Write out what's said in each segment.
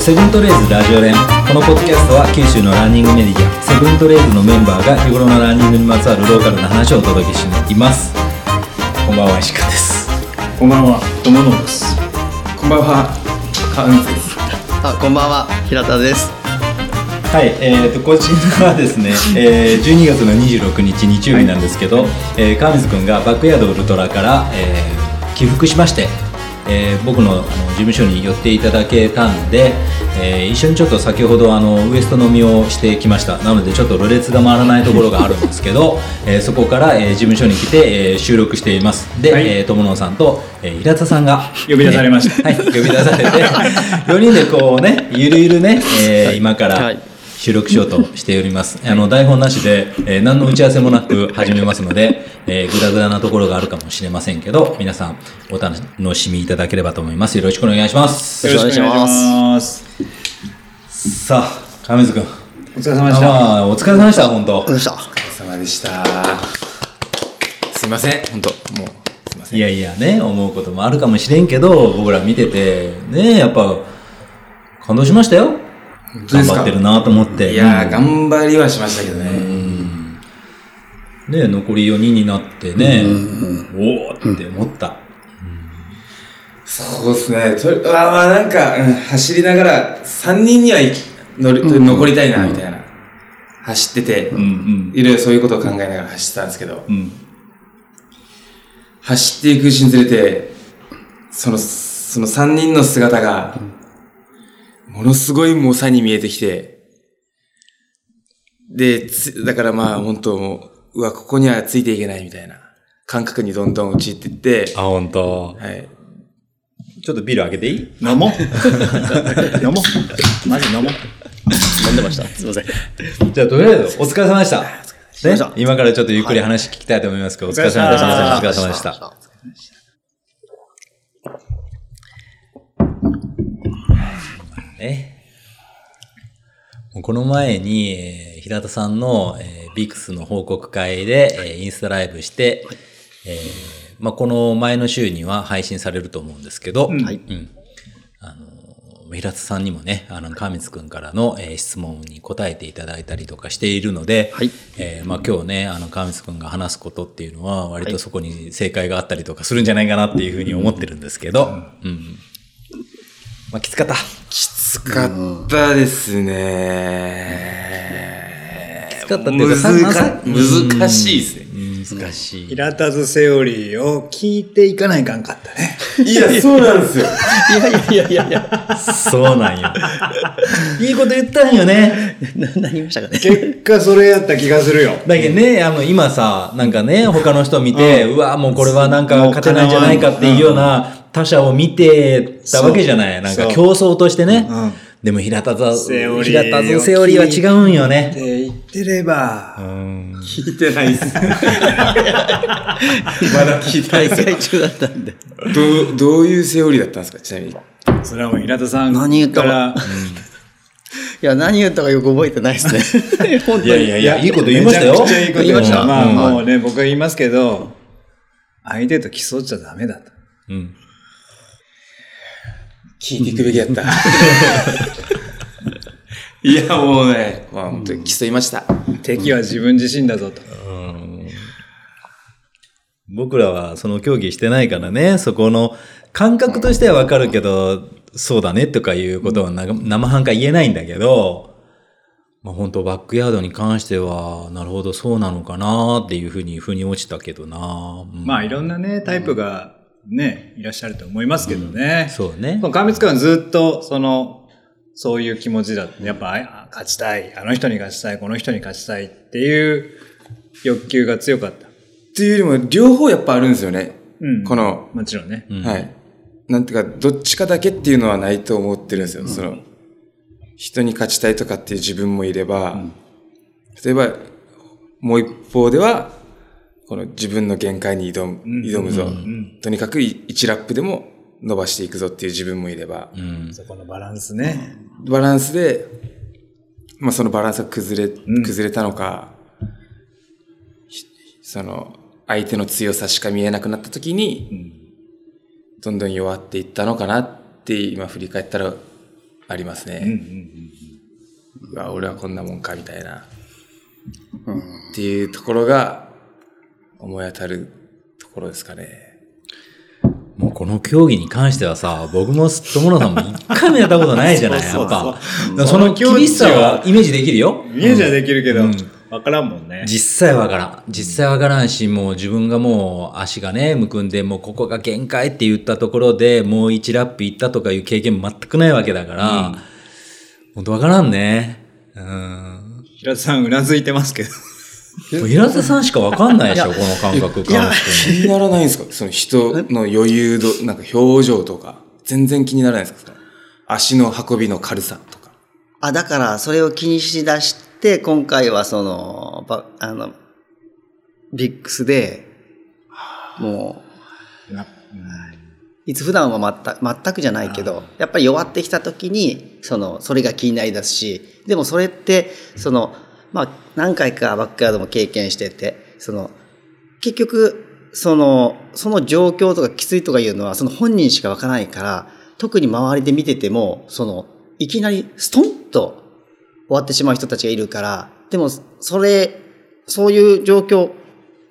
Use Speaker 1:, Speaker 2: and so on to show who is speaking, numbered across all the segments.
Speaker 1: セブントレーズラジオ連このポッドキャストは九州のランニングメディアセブントレーズのメンバーが日頃のランニングにまつわるローカルな話をお届けしていますこんばんは石川です
Speaker 2: こんばんは、とものです。こんばんは、川光です。
Speaker 3: あ、こんばんは、平田です。
Speaker 1: はい、えー、とこちらはですね、えー、12月の26日日曜日なんですけど、えー川水くんがバックヤードウルトラから、えー帰復しまして、えー僕のあの事務所に寄っていただけたんで、えー一緒にちょっと先ほどあのウエスト飲みをしてきましたなのでちょっとろれつが回らないところがあるんですけど、 えーそこから、えー事務所に来て、えー収録していますで、
Speaker 2: はい
Speaker 1: えー友野さんと、えー平田さんが
Speaker 2: 呼び出されました。
Speaker 1: はい、呼び出されて4人でこうねゆるゆるね、えー今から、
Speaker 3: はい
Speaker 1: 収録しようとしております。あの台本なしで、えー何の打ち合わせもなく 始めますので、えー、グダグダなところがあるかもしれませんけど、皆さんお楽しみいただければと思います。よろしくお願いします。
Speaker 3: よろしくお願いします
Speaker 1: さあ、亀津くん。
Speaker 2: お疲れ様でした。
Speaker 1: まあ、お疲れ様でした、本当
Speaker 3: どう。した
Speaker 4: 様でした。すいません、本当もう、すいません。
Speaker 1: いやいやね、思うこともあるかもしれんけど、僕ら見てて、ね、やっぱ、感動しましたよ。
Speaker 4: 当で
Speaker 1: 頑
Speaker 4: すか
Speaker 1: 張ってるなと思って。
Speaker 4: いやー、頑張りはしましたけどね。
Speaker 1: ね、残り4人になってね、おおーって思った。
Speaker 4: そうですね。とりあーまあなんか、うん走りながら、3人にはい乗り残りたいな、みたいな。走ってて、
Speaker 1: うん
Speaker 4: いろいろそういうことを考えながら走ってたんですけど
Speaker 1: うん。う、ん
Speaker 4: 走っていくうちにつれて、その、その3人の姿が、ものすごい猛者に見えてきて、で、つだからまあ本当もう、うわ、ここにはついていけないみたいな感覚にどんどん陥っていって、
Speaker 1: あ、本当。
Speaker 4: はい。
Speaker 1: ちょっとビール開けていい
Speaker 2: 飲もう。飲もう。マジ飲もう。
Speaker 3: 飲んでました。すいません。
Speaker 1: じゃあ、とりあえず、お疲れ様でした。
Speaker 3: れ様で
Speaker 1: ね
Speaker 3: した、
Speaker 1: 今からちょっとゆっくり話聞きたいと思いますけど、お疲れ様でした。お疲れ様でした。ね。もうこの前に、えー平田さんの、えービクスの報告会で、えーインスタライブして、えーまあ、この前の週には配信されると思うんですけど、
Speaker 3: はい。
Speaker 1: うん。あの、平田さんにもね、あの、川光くんからの、えー質問に答えていただいたりとかしているので、
Speaker 3: はい
Speaker 1: えーまあ今日ね、あの、川光くんが話すことっていうのは、割とそこに正解があったりとかするんじゃないかなっていうふうに思ってるんですけど、うん。まあきつかった。き
Speaker 4: きつかったですね。
Speaker 1: つ
Speaker 4: き
Speaker 1: かったっていうかさ
Speaker 4: 難難しいですね。
Speaker 1: 難しい。
Speaker 2: 平田ズセオリーを聞いていかないかんかったね。
Speaker 4: いや、そうなんですよ。
Speaker 3: いやいやいやいやいや、
Speaker 1: そうなんよ。 いいこと言ったんよね。
Speaker 3: な、なりましたかね。
Speaker 2: 結果それやった気がするよ。
Speaker 1: だけどね、あの、今さ、なんかね、他の人見て、うわ、もうこれはなんか勝てないんじゃないかっていうような他者を見てたわけじゃない。なんか
Speaker 2: そう
Speaker 1: 競争としてね。
Speaker 2: うん
Speaker 1: でも平田座、
Speaker 2: セオリー
Speaker 1: 平田座セオリーは違うんよね。
Speaker 2: で、言ってれば、
Speaker 4: 聞いてないです。まだ聞いてない
Speaker 3: 大
Speaker 4: ですよ。
Speaker 3: 会中だったんで。
Speaker 4: どう、どういうセオリーだったんですかちなみに。
Speaker 2: それはもう平田さん
Speaker 3: 何言った
Speaker 2: か
Speaker 3: のい
Speaker 2: ら、
Speaker 3: や、何言ったかよく覚えてないですね。本当に。
Speaker 1: いやいやいや、いいこと言いましたよ。
Speaker 2: めちゃくちゃいいこと言いました。
Speaker 1: うん
Speaker 2: まあ
Speaker 1: うん
Speaker 2: もうね、僕は言いますけど、相手と競っちゃダメだと。
Speaker 1: うん
Speaker 4: 聞いていくべきだった。いや、もうね、まあ本当に競いました。
Speaker 2: 敵は自分自身だぞと。
Speaker 1: 僕らはその競技してないからね、そこの感覚としてはわかるけど、そうだねとかいうことはな生半可言えないんだけど、まあ本当バックヤードに関しては、なるほどそうなのかなっていうふうに、ふに落ちたけどな。うん
Speaker 2: まあいろんなね、タイプがね、いらっしゃると思いますけどね。
Speaker 1: そうね。
Speaker 2: まあ川光君はずっと、その、そういう気持ちだ。やっぱ、あ勝ちたい。あの人に勝ちたい。この人に勝ちたいっていう欲求が強かった。
Speaker 4: っていうよりも、両方やっぱあるんですよね。
Speaker 2: うん
Speaker 4: この、
Speaker 2: もちろんね。
Speaker 4: はい。なんていうか、どっちかだけっていうのはないと思ってるんですよ。その、人に勝ちたいとかっていう自分もいれば、例えば、もう一方では、この自分の限界に挑む、挑むぞ。とにかく1ラップでも伸ばしていくぞっていう自分もいれば、
Speaker 1: うん。
Speaker 2: そこのバランスね。
Speaker 4: バランスで、まあ、そのバランスが崩れ、崩れたのか、ひその、相手の強さしか見えなくなった時に、どんどん弱っていったのかなって今振り返ったらありますね。
Speaker 2: うんうん
Speaker 4: うわ俺はこんなもんかみたいな、っていうところが思い当たるところですかね
Speaker 1: もうこの競技に関してはさ、僕も友野さんも一回もやったことないじゃない、やっぱ。 その厳しさはイメージできるよ。
Speaker 2: うん。見えじゃできるけど、
Speaker 1: う
Speaker 2: わ
Speaker 1: ん
Speaker 2: からんもんね。
Speaker 1: 実際わからん。実際わからんし、もう自分がもう足がね、むくんで、もうここが限界って言ったところで、もう1ラップ行ったとかいう経験全くないわけだから、本当わからんね。うん。
Speaker 2: 平田さん、うなずいてますけど。
Speaker 1: もう平田さんしかわかんないでしょ、この感覚。川口君
Speaker 4: 気にならないんですかその人の余裕度なんか表情とか全然気にならないですかその足の運びの軽さとか
Speaker 3: あ、だから、それを気にしだして、今回はその、ばあの、ビックスで、もう、いつ普段は全く全くじゃないけど、やっぱり弱ってきた時に、その、それが気になりだすし、でもそれって、その、まあ、何回かバックヤードも経験してて、その、結局、その、その状況とかきついとかいうのは、その本人しかわからないから、特に周りで見てても、その、いきなりストンと終わってしまう人たちがいるから、でも、それ、そういう状況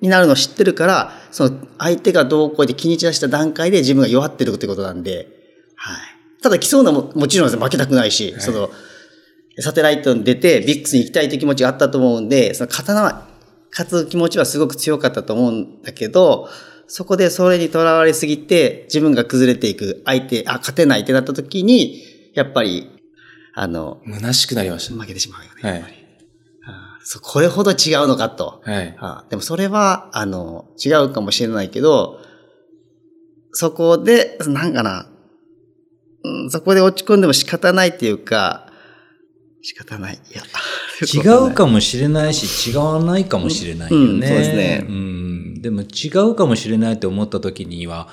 Speaker 3: になるのを知ってるから、その、相手がどうこうで気に散らした段階で自分が弱ってるってことなんで、はい。ただ、来そうなも、もちろんです負けたくないし、その、サテライトに出て、ビックスに行きたいという気持ちがあったと思うんで、その刀は、勝つ気持ちはすごく強かったと思うんだけど、そこでそれにとらわれすぎて、自分が崩れていく相手、あ、勝てないってなった時に、やっぱり、あの、
Speaker 4: 虚しくなりまし
Speaker 3: 負けてしまうよね。
Speaker 4: たはい
Speaker 3: そうこれほど違うのかと。
Speaker 4: はい
Speaker 3: あでもそれは、あの、違うかもしれないけど、そこで、なんかな、うん、そこで落ち込んでも仕方ないっていうか、仕方ない。いや、
Speaker 1: 違うかもしれないし、違わないかもしれないよね。
Speaker 3: うんうんそうですね
Speaker 1: うんでも違うかもしれないと思った時には、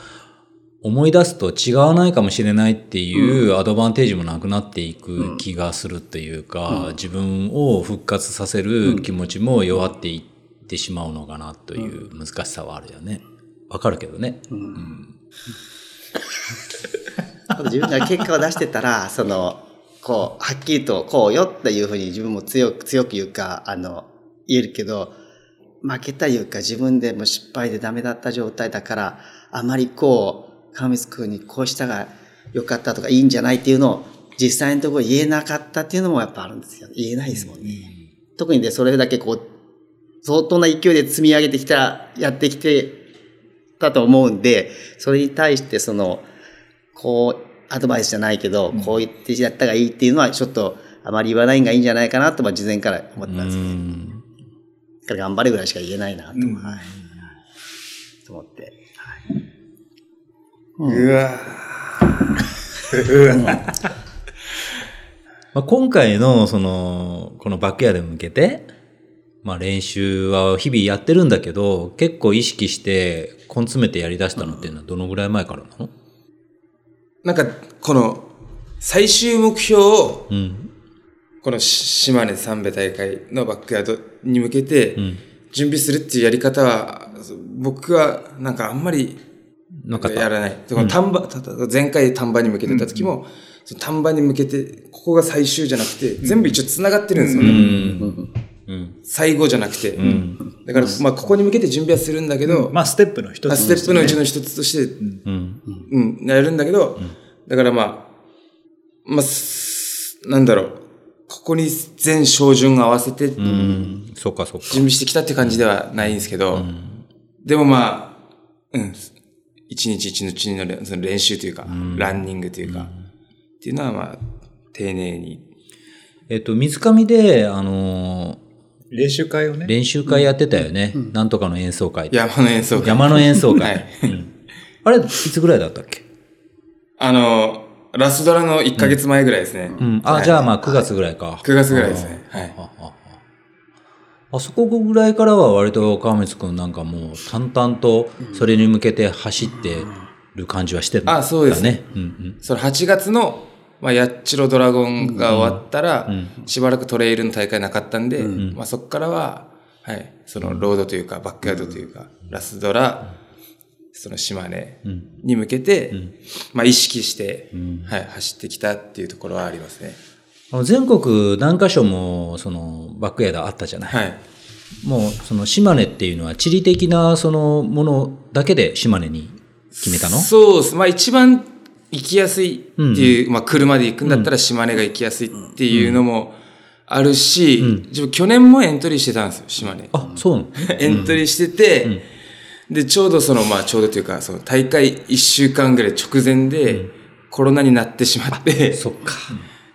Speaker 1: 思い出すと違わないかもしれないっていうアドバンテージもなくなっていく気がするというか、自分を復活させる気持ちも弱っていってしまうのかなという難しさはあるよね。わかるけどね。
Speaker 3: あと自分が結果を出してたら、 その、こう、はっきりと、こうよっていうふうに自分も強く、強く言うか、あの、言えるけど、負けたいうか自分でもう失敗でダメだった状態だから、あまりこう、川光君にこうしたが良かったとかいいんじゃないっていうのを、実際のところ言えなかったっていうのもやっぱあるんですよ。言えないですもんね。特にで、それだけこう、相当な勢いで積み上げてきた、やってきてたと思うんで、それに対してその、こう、アドバイスじゃないけど、こう言ってやったがいいっていうのは、ちょっと、あまり言わないんがいいんじゃないかなと、まあ、事前から思ってたんですけど、
Speaker 1: うん
Speaker 3: だから頑張れぐらいしか言えないなと、
Speaker 2: うん
Speaker 3: はいと思って。
Speaker 4: うわ
Speaker 1: まあ、今回の、その、このバックヤードに向けて、まあ練習は日々やってるんだけど、結構意識して、根詰めてやり出したのっていうのはどのぐらい前からなの
Speaker 4: なんかこの最終目標を
Speaker 1: うん。
Speaker 4: この島根三部大会のバックヤードに向けて
Speaker 1: うん。
Speaker 4: 準備するっていうやり方は僕はなんかあんまり
Speaker 1: なかっ
Speaker 4: や
Speaker 1: た。
Speaker 4: らない。でこの丹波、たた前回丹波に向けてた時も、その丹波に向けて、ここが最終じゃなくて、全部一応繋がってるんですよ
Speaker 1: う
Speaker 4: ね。
Speaker 1: ん。うん。
Speaker 4: 最後じゃなくて。
Speaker 1: うん。
Speaker 4: だから、まあ、ここに向けて準備はするんだけど、
Speaker 2: まあ、ステップの一つ
Speaker 4: まあ
Speaker 2: と
Speaker 4: ス
Speaker 2: して
Speaker 4: テ
Speaker 2: ね。
Speaker 4: ップのうちの一つとして、
Speaker 1: うん。
Speaker 4: うん、やるんだけど、だからまあ、まあ、すなんだろう、ここに全照準を合わせて、
Speaker 1: う
Speaker 4: 準
Speaker 1: ん。そっかそっか。
Speaker 4: 備してきたって感じではないんですけど、でもまあ、うん、一日一日のれその練習というか、ランニングというか、っていうのはまあ、丁寧に。
Speaker 1: えっと、水上で、あの
Speaker 2: 練習会を
Speaker 1: ー
Speaker 2: ね。
Speaker 1: 練習会やってたよね。なんとかの演奏会。
Speaker 4: 山の演奏会。
Speaker 1: 山の演奏
Speaker 4: は
Speaker 1: 会
Speaker 4: い。
Speaker 1: うんあれ、いつぐらいだったっけ
Speaker 4: あの、ラスドラの1ヶ月前ぐらいですね。
Speaker 1: うん。あ、
Speaker 4: はい
Speaker 1: じゃあまあ9月ぐらいか。
Speaker 4: 9月ぐらいですね。はい。
Speaker 1: ああああそこぐらいからは割と川光くんなんかもう淡々とそれに向けて走ってる感じはしてた
Speaker 4: あそうです
Speaker 1: ね。うん
Speaker 4: その8月の、まあ、やっちろドラゴンが終わったら、しばらくトレイルの大会なかったんで、まあ、そこからは、はい、そのロードというか、バックヤードというか、ラスドラ、その島根
Speaker 1: うん
Speaker 4: に向けて、
Speaker 1: うん
Speaker 4: まあ意識して、
Speaker 1: ん
Speaker 4: はい、走ってきたっていうところはありますね。
Speaker 1: あの全国何箇所もそのバックヤードあったじゃない、
Speaker 4: はい。
Speaker 1: もうその島根っていうのは地理的なそのものだけで島根に決めたの
Speaker 4: そうです。まあ一番行きやすいっていう、まあ車で行くんだったら島根が行きやすいっていうのもあるし、
Speaker 1: うん
Speaker 4: 自分去年もエントリーしてたんですよ、島根。
Speaker 1: あそうなの
Speaker 4: エントリーしてて、で、ちょうどその、まあちょうどというか、その大会1週間ぐらい直前で、コロナになってしまって、
Speaker 1: そっか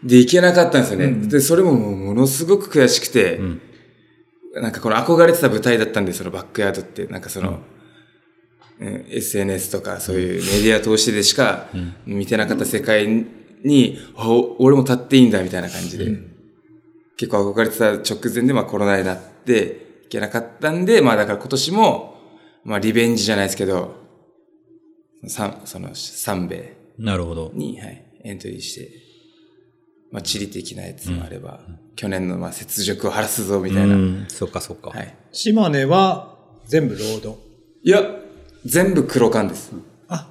Speaker 4: で、行けなかったんですよね。で、それももうものすごく悔しくて、
Speaker 1: ん
Speaker 4: なんかこの憧れてた舞台だったんで、そのバックヤードって、なんかその、うん SNS とかそういうメディア通してでしか見てなかった世界に、あお俺も立っていいんだみたいな感じで、結構憧れてた直前で、まあコロナになって行けなかったんで、まあだから今年も、まあリベンジじゃないですけど、三その三米
Speaker 1: なるほど
Speaker 4: に、はい、エントリーして、まあ、地理的なやつもあれば、去年のまあ雪辱を晴らすぞみたいな、
Speaker 1: うんそっかそっか、
Speaker 4: はい、
Speaker 2: 島根は全部ロード。
Speaker 4: いや全部黒缶です、
Speaker 2: あ、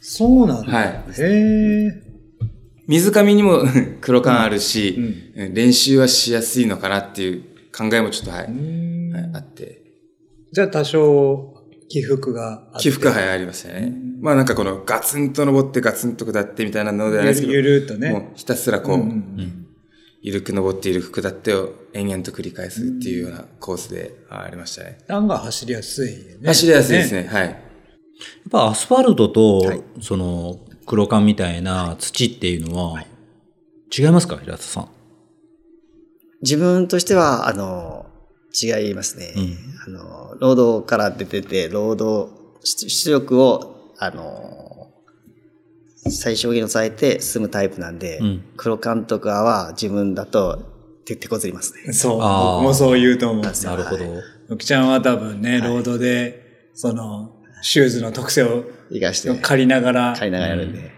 Speaker 2: そうなんだ。
Speaker 4: はい、
Speaker 2: へえ。
Speaker 4: 水上にも 黒缶あるし、うん練習はしやすいのかなっていう考えもちょっと、はいはい、あって
Speaker 2: じゃあ多少起伏があって。
Speaker 4: 起伏ははいありましたね、まあなんかこのガツンと登ってガツンと下ってみたいなのではないですけど
Speaker 2: ゆるゆるっとね
Speaker 4: もうひたすらこう、
Speaker 2: うんうん
Speaker 4: ゆるく登ってゆるく下ってを延々と繰り返すっていうようなコースでありましたね。
Speaker 2: 案外走りやすいよね。
Speaker 4: 走りやすいですね。はい。
Speaker 1: やっぱアスファルトと、その黒缶みたいな土っていうのは、違いますか平田さん。
Speaker 3: 自分としては、あの、違いますね。あの、労働から出てて、労働出出力を、あの、最小限に抑えて進むタイプなんで、
Speaker 1: うん
Speaker 3: 黒監督は自分だと手手こずりますね。
Speaker 2: そう、
Speaker 1: あー
Speaker 2: 僕もそう言うと思う。
Speaker 1: なるほど。
Speaker 2: のきちゃんは多分ね、ロードで、その、シューズの特性を
Speaker 3: 生かして、
Speaker 2: 借りながら、
Speaker 3: 借りながらやるんで。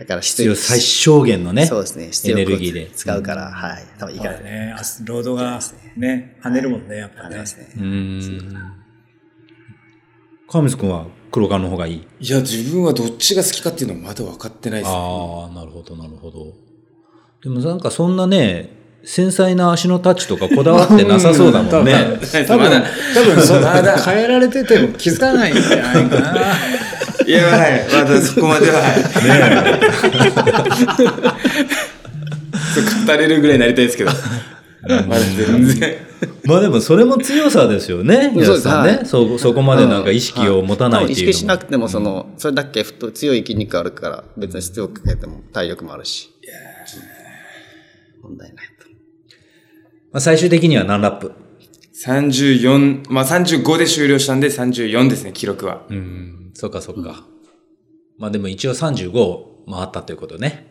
Speaker 3: だから
Speaker 1: 必
Speaker 3: 必
Speaker 1: 要最小限のね。
Speaker 3: そうですね。出力
Speaker 1: エネルギーで
Speaker 3: を使うから、はい。多分いい
Speaker 2: そう
Speaker 3: かな
Speaker 2: だ
Speaker 3: い。
Speaker 2: ね、あロードがね、跳ねるもんね、やっぱ
Speaker 3: あり
Speaker 2: ね
Speaker 3: ま。すね
Speaker 1: う。ーん。川水君は黒缶の方がいい。
Speaker 4: いや、自分はどっちが好きかっていうのはまだ分かってないですね。
Speaker 1: ああ、なるほど、なるほど。でもなんかそんなね、繊細な足のタッチとかこだわってなさそうだ もんね。
Speaker 2: 多分、多分、 そ
Speaker 4: まだ
Speaker 2: 変えられてても気づかないんじゃないかな。
Speaker 4: いや、はい。まだそこまでは、 そう語れるぐらいになりたい ですけど。まだ全然。
Speaker 1: まあでもそれも強さですよね、
Speaker 3: そう
Speaker 1: 平
Speaker 3: で
Speaker 1: 田
Speaker 3: す
Speaker 1: さん
Speaker 3: は
Speaker 1: ね。
Speaker 3: い
Speaker 1: そそこまでなんか意識を持たない
Speaker 3: 多
Speaker 1: っ
Speaker 3: 分意
Speaker 1: ていう
Speaker 3: 識
Speaker 1: の
Speaker 3: し
Speaker 1: も
Speaker 3: なくても、その、それだけ太強い筋肉あるから、別に出力かけても体力もあるし。問題ないと。
Speaker 1: まあ最終的には何ラップ
Speaker 4: 34、まあ35で終了したんで34ですね、記録は。
Speaker 1: うん、そっかそっか。まあでも一応35回ったということね。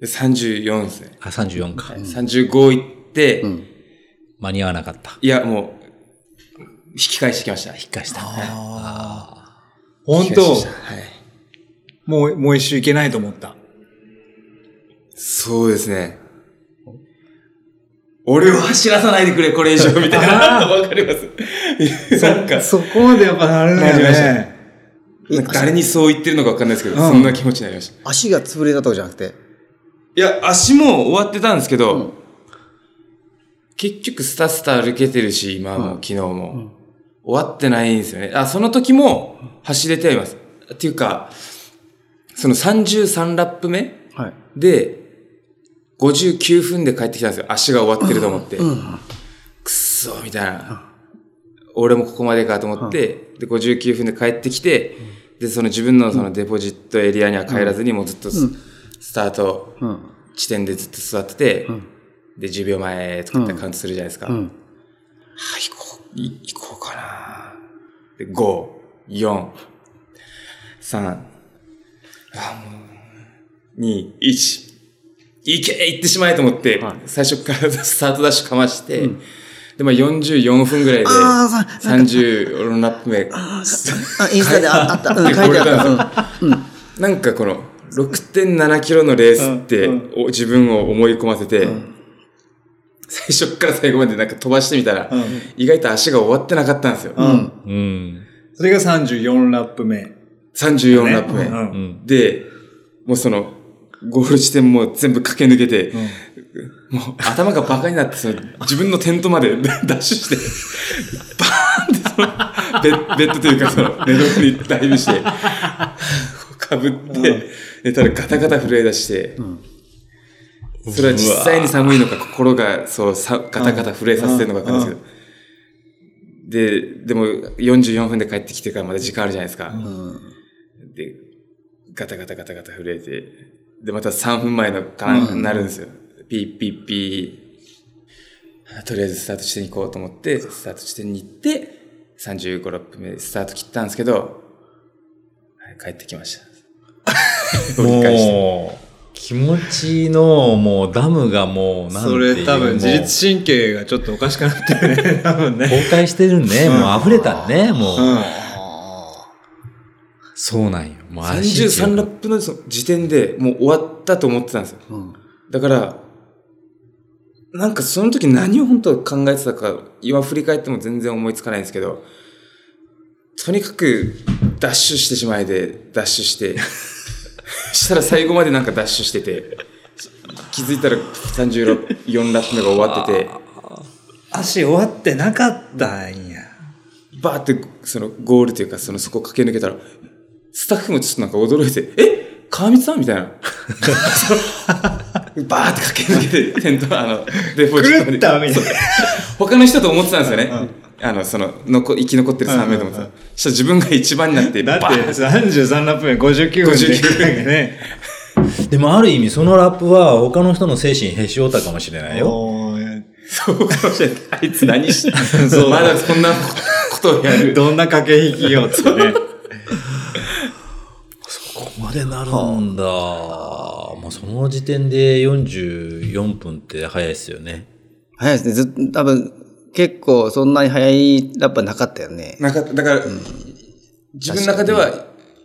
Speaker 4: で34ですね。
Speaker 1: あ、34か。
Speaker 4: 35いって、
Speaker 1: 間に合わなかった。
Speaker 4: いや、もう、引き返してきました。引き返した。
Speaker 2: 本当、
Speaker 4: はい。
Speaker 2: もう、もう一周いけないと思った。
Speaker 4: そうですね。俺を走らさないでくれ、これ以上、みたい な。わかります。 なんか、
Speaker 2: そこまでやっぱなるんだ
Speaker 4: なりました
Speaker 2: ね。
Speaker 4: なんか誰にそう言ってるのかわかんないですけど、そんな気持ちになりました。
Speaker 3: 足が潰れたとかじゃなくて、
Speaker 4: いや、足も終わってたんですけど、結局スタスタ歩けてるし、今も昨日も、終わってないんですよね。あ、その時も走れてはいます。っていうか、その33ラップ目
Speaker 3: はい。
Speaker 4: で、59分で帰ってきたんですよ。足が終わってると思って。くっそーみたいな。俺もここまでかと思って、で、59分で帰ってきて、で、その自分のそのデポジットエリアには帰らずに、もうずっとス,、タート
Speaker 3: うん。
Speaker 4: 地点でずっと座ってて、で、10秒前とかってカウントするじゃないですか。
Speaker 3: う
Speaker 4: はい、
Speaker 3: ん。
Speaker 4: 行こう、い行こうかなで、5、4、3、あ、もう、2、1、行け行ってしまえと思って、最初からスタートダッシュかまして、で、まあ44分ぐらいで、
Speaker 3: あーそう
Speaker 4: 30ラップ目、
Speaker 3: あ、インスタ でああった。うん、書いてあった。うん。
Speaker 4: なんかこの6.7キロのレースって、お自分を思い込ませて、最初から最後までなんか飛ばしてみたら、
Speaker 2: うん
Speaker 4: 意外と足が終わってなかったんですよ。
Speaker 2: うん。
Speaker 1: うん。
Speaker 2: それが34ラップ目。
Speaker 4: 34ラップ目。
Speaker 2: ねうん
Speaker 1: うん
Speaker 4: で、もうその、ゴール地点も全部駆け抜けて、もう頭がバカになって、その自分のテントまで ダッシュして、バーンってそのベ、ベッドというかその、寝床にダイブして、かぶって、寝たらガタガタ震え出して、それは実際に寒いのか、心がそうさガタガタ震えさせてるのか分かんないですけど、で、でも44分で帰ってきてからまだ時間あるじゃないですか。
Speaker 3: うん。
Speaker 4: で、ガタガタガタガタ震えて、で、また3分前のカーンになるんですよ。ピーピーピー。とりあえずスタート地点に行こうと思って、スタート地点に行って、35、6分目でスタート切ったんですけど、はい帰ってきました。折り返して。
Speaker 1: もう、気持ちの、もう、ダムがもう、なんていう
Speaker 2: それ多分自
Speaker 1: も
Speaker 2: 律神経がちょっとおかしくなってるね。 多分
Speaker 1: う
Speaker 2: ね。
Speaker 1: 崩壊してるね。もう、溢れたね、もう。
Speaker 2: うん。
Speaker 1: そうなんよ。もう、
Speaker 4: 33ラップのその時点でもう終わったと思ってたんですよ。
Speaker 3: うん。
Speaker 4: だから、なんかその時何を本当考えてたか、今振り返っても全然思いつかないんですけど、とにかくダッシュしてしまいで、ダッシュして、 したら最後までなんかダッシュしてて、気づいたら34ラップ目が終わってて、
Speaker 2: 足終わってなかったんや。
Speaker 4: バーってそのゴールというかそのそこ駆け抜けたら、スタッフもちょっとなんか驚いて、え川光さんみたいな。バーって駆け抜けて、テント、あの、デポジットま
Speaker 2: 狂
Speaker 4: で
Speaker 2: ったみたいな。
Speaker 4: 他の人と思ってたんですよね。あの、その、残生き残ってる3名と思ってた。そしたら自分が一番になって、
Speaker 2: だって
Speaker 4: バーン
Speaker 2: 33ラップ目59分で
Speaker 4: 59分
Speaker 2: ね。
Speaker 1: でも、ある意味、そのラップは、他の人の精神へし折ったかもしれないよ。
Speaker 2: おー
Speaker 4: そうかもしれない。あいつ何し
Speaker 2: そう
Speaker 4: まだそんなことをやる。
Speaker 2: どんな駆け引きよ ってね。
Speaker 1: ここまでなるんだ。もう、その時点で44分って早いですよね。
Speaker 3: 早いですね。ずっ多分、結構そんなに早いラップはなかったよね。
Speaker 4: なんか、だから、自分の中では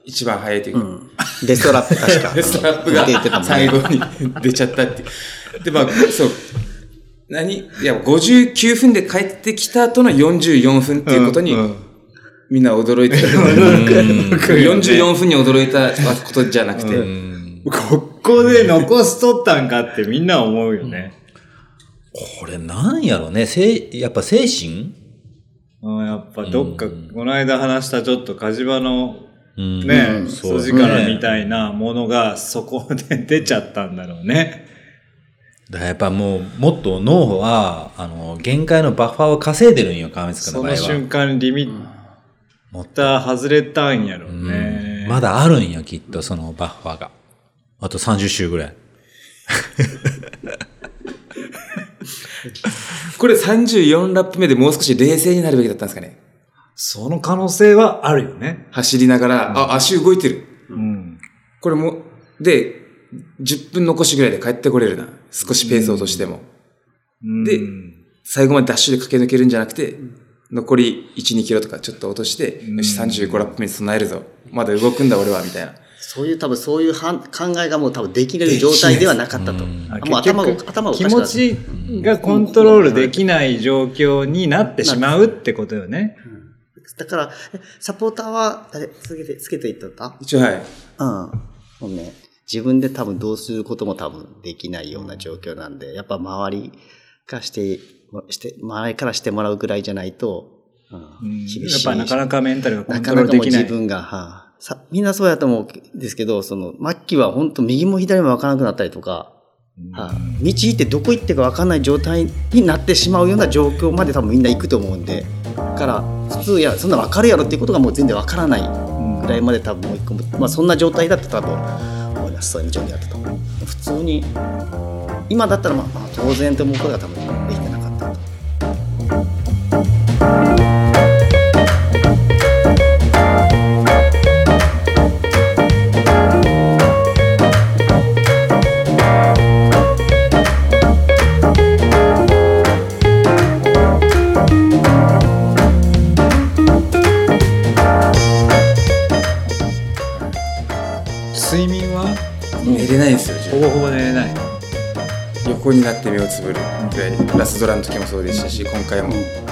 Speaker 4: 一番早いというか、
Speaker 3: ベストラップ 確か。
Speaker 4: ベストラップ
Speaker 3: 出て
Speaker 4: が
Speaker 3: たもんね
Speaker 4: 最後に出ちゃったっていう。で、まあ、そう。何いや、59分で帰ってきた後の44分っていうことに
Speaker 2: う、ん
Speaker 4: みんな驚いてた。44分に驚いたことじゃなくて、
Speaker 2: ここで残しとったんかってみんな思うよね。
Speaker 1: これ、なんやろね。せいやっぱ、精神
Speaker 2: うんやっぱどっか、この間話したちょっと火事場の
Speaker 1: うん
Speaker 2: ね、
Speaker 3: うん
Speaker 1: そう
Speaker 2: 筋からみたいなものがそこで出ちゃったんだろうね。
Speaker 1: だからやっぱもう、もっと脳は、あの、限界のバッファーを稼いでるんよ、川光君
Speaker 2: そ
Speaker 1: の場合
Speaker 2: の
Speaker 1: は。
Speaker 2: 瞬間リミッター外れたんやろうね。
Speaker 1: まだあるんよ、きっと、そのバッファーが。あと30周ぐらい。
Speaker 4: これ34ラップ目でもう少し冷静になるべきだったんですかね
Speaker 2: その可能性はあるよね。
Speaker 4: 走りながら、あ、足動いてる。
Speaker 2: うん。
Speaker 4: これも、で、10分残しぐらいで帰ってこれるな。少しペースを落としても。で
Speaker 2: うん
Speaker 4: 最後までダッシュで駆け抜けるんじゃなくて、残り1、2キロとかちょっと落として、よし、35ラップ目に備えるぞ。まだ動くんだ俺は、みたいな。
Speaker 3: そういう、多分そういうはん考えがもう多分できれる状態ではなかったと。
Speaker 2: あ
Speaker 3: もう頭を、
Speaker 2: 結局
Speaker 3: 頭をおかし
Speaker 2: 気
Speaker 3: くな
Speaker 2: 持
Speaker 3: った
Speaker 2: ちがコントロールできない状況になってしまうってことよね。
Speaker 3: だから、えサポーターは、あれ、つけて、つけていっとった
Speaker 4: 一応はい。
Speaker 3: うん。もうね、自分で多分どうすることも多分できないような状況なんで、やっぱ周りがして、して、周りからしてもらうぐらいじゃないと、うん
Speaker 2: うん
Speaker 3: 厳しい。
Speaker 2: やっぱなかなかメンタルがコ
Speaker 3: な
Speaker 2: ン
Speaker 3: か
Speaker 2: トロー
Speaker 3: な
Speaker 2: ル
Speaker 3: かも
Speaker 2: で
Speaker 3: う
Speaker 2: きな
Speaker 3: 自
Speaker 2: い。
Speaker 3: 分が、はあさみんなそうやと思うんですけど、その、末期は本当右も左も分からなくなったりとか、はあ道行ってどこ行ってか分かんない状態になってしまうような状況まで多分みんな行くと思うんで、だから、普通や、そんな分かるやろっていうことがもう全然分からないぐらいまで多分追い込む。まあそんな状態だった多分、思います。そういう状況だったと思う。普通に、今だったらまあ、まあ当然と思うことが多分できてなかったと。
Speaker 2: 睡眠は
Speaker 4: 寝れないんですよ、自
Speaker 2: ほ
Speaker 4: 分
Speaker 2: ぼほぼ寝れない。
Speaker 4: 横になって目をつぶるぐらい。ラストドラの時もそうでしたし、今回も。はい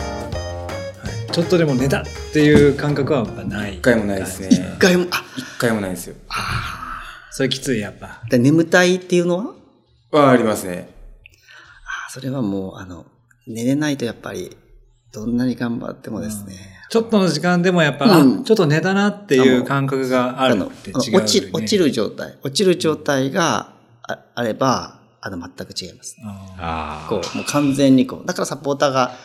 Speaker 2: ちょっとでも寝たっていう感覚はやっぱない。
Speaker 4: 一回もないですね。
Speaker 3: 一回も、あ、
Speaker 4: 一回もないですよ。
Speaker 2: それきつい、やっぱ。
Speaker 3: で眠たいっていうのは
Speaker 4: はありますね。
Speaker 3: あそれはもう、あの、寝れないとやっぱり、どんなに頑張ってもですね。
Speaker 2: ちょっとの時間でもやっぱ、
Speaker 3: うん
Speaker 2: あちょっと寝たなっていう感覚があるのって違う、ね。
Speaker 3: 落ちる、落ちる状態、落ちる状態がああれば、あの、全く違いますね。
Speaker 1: あ
Speaker 3: こう、もう完全にこう、だからサポーターが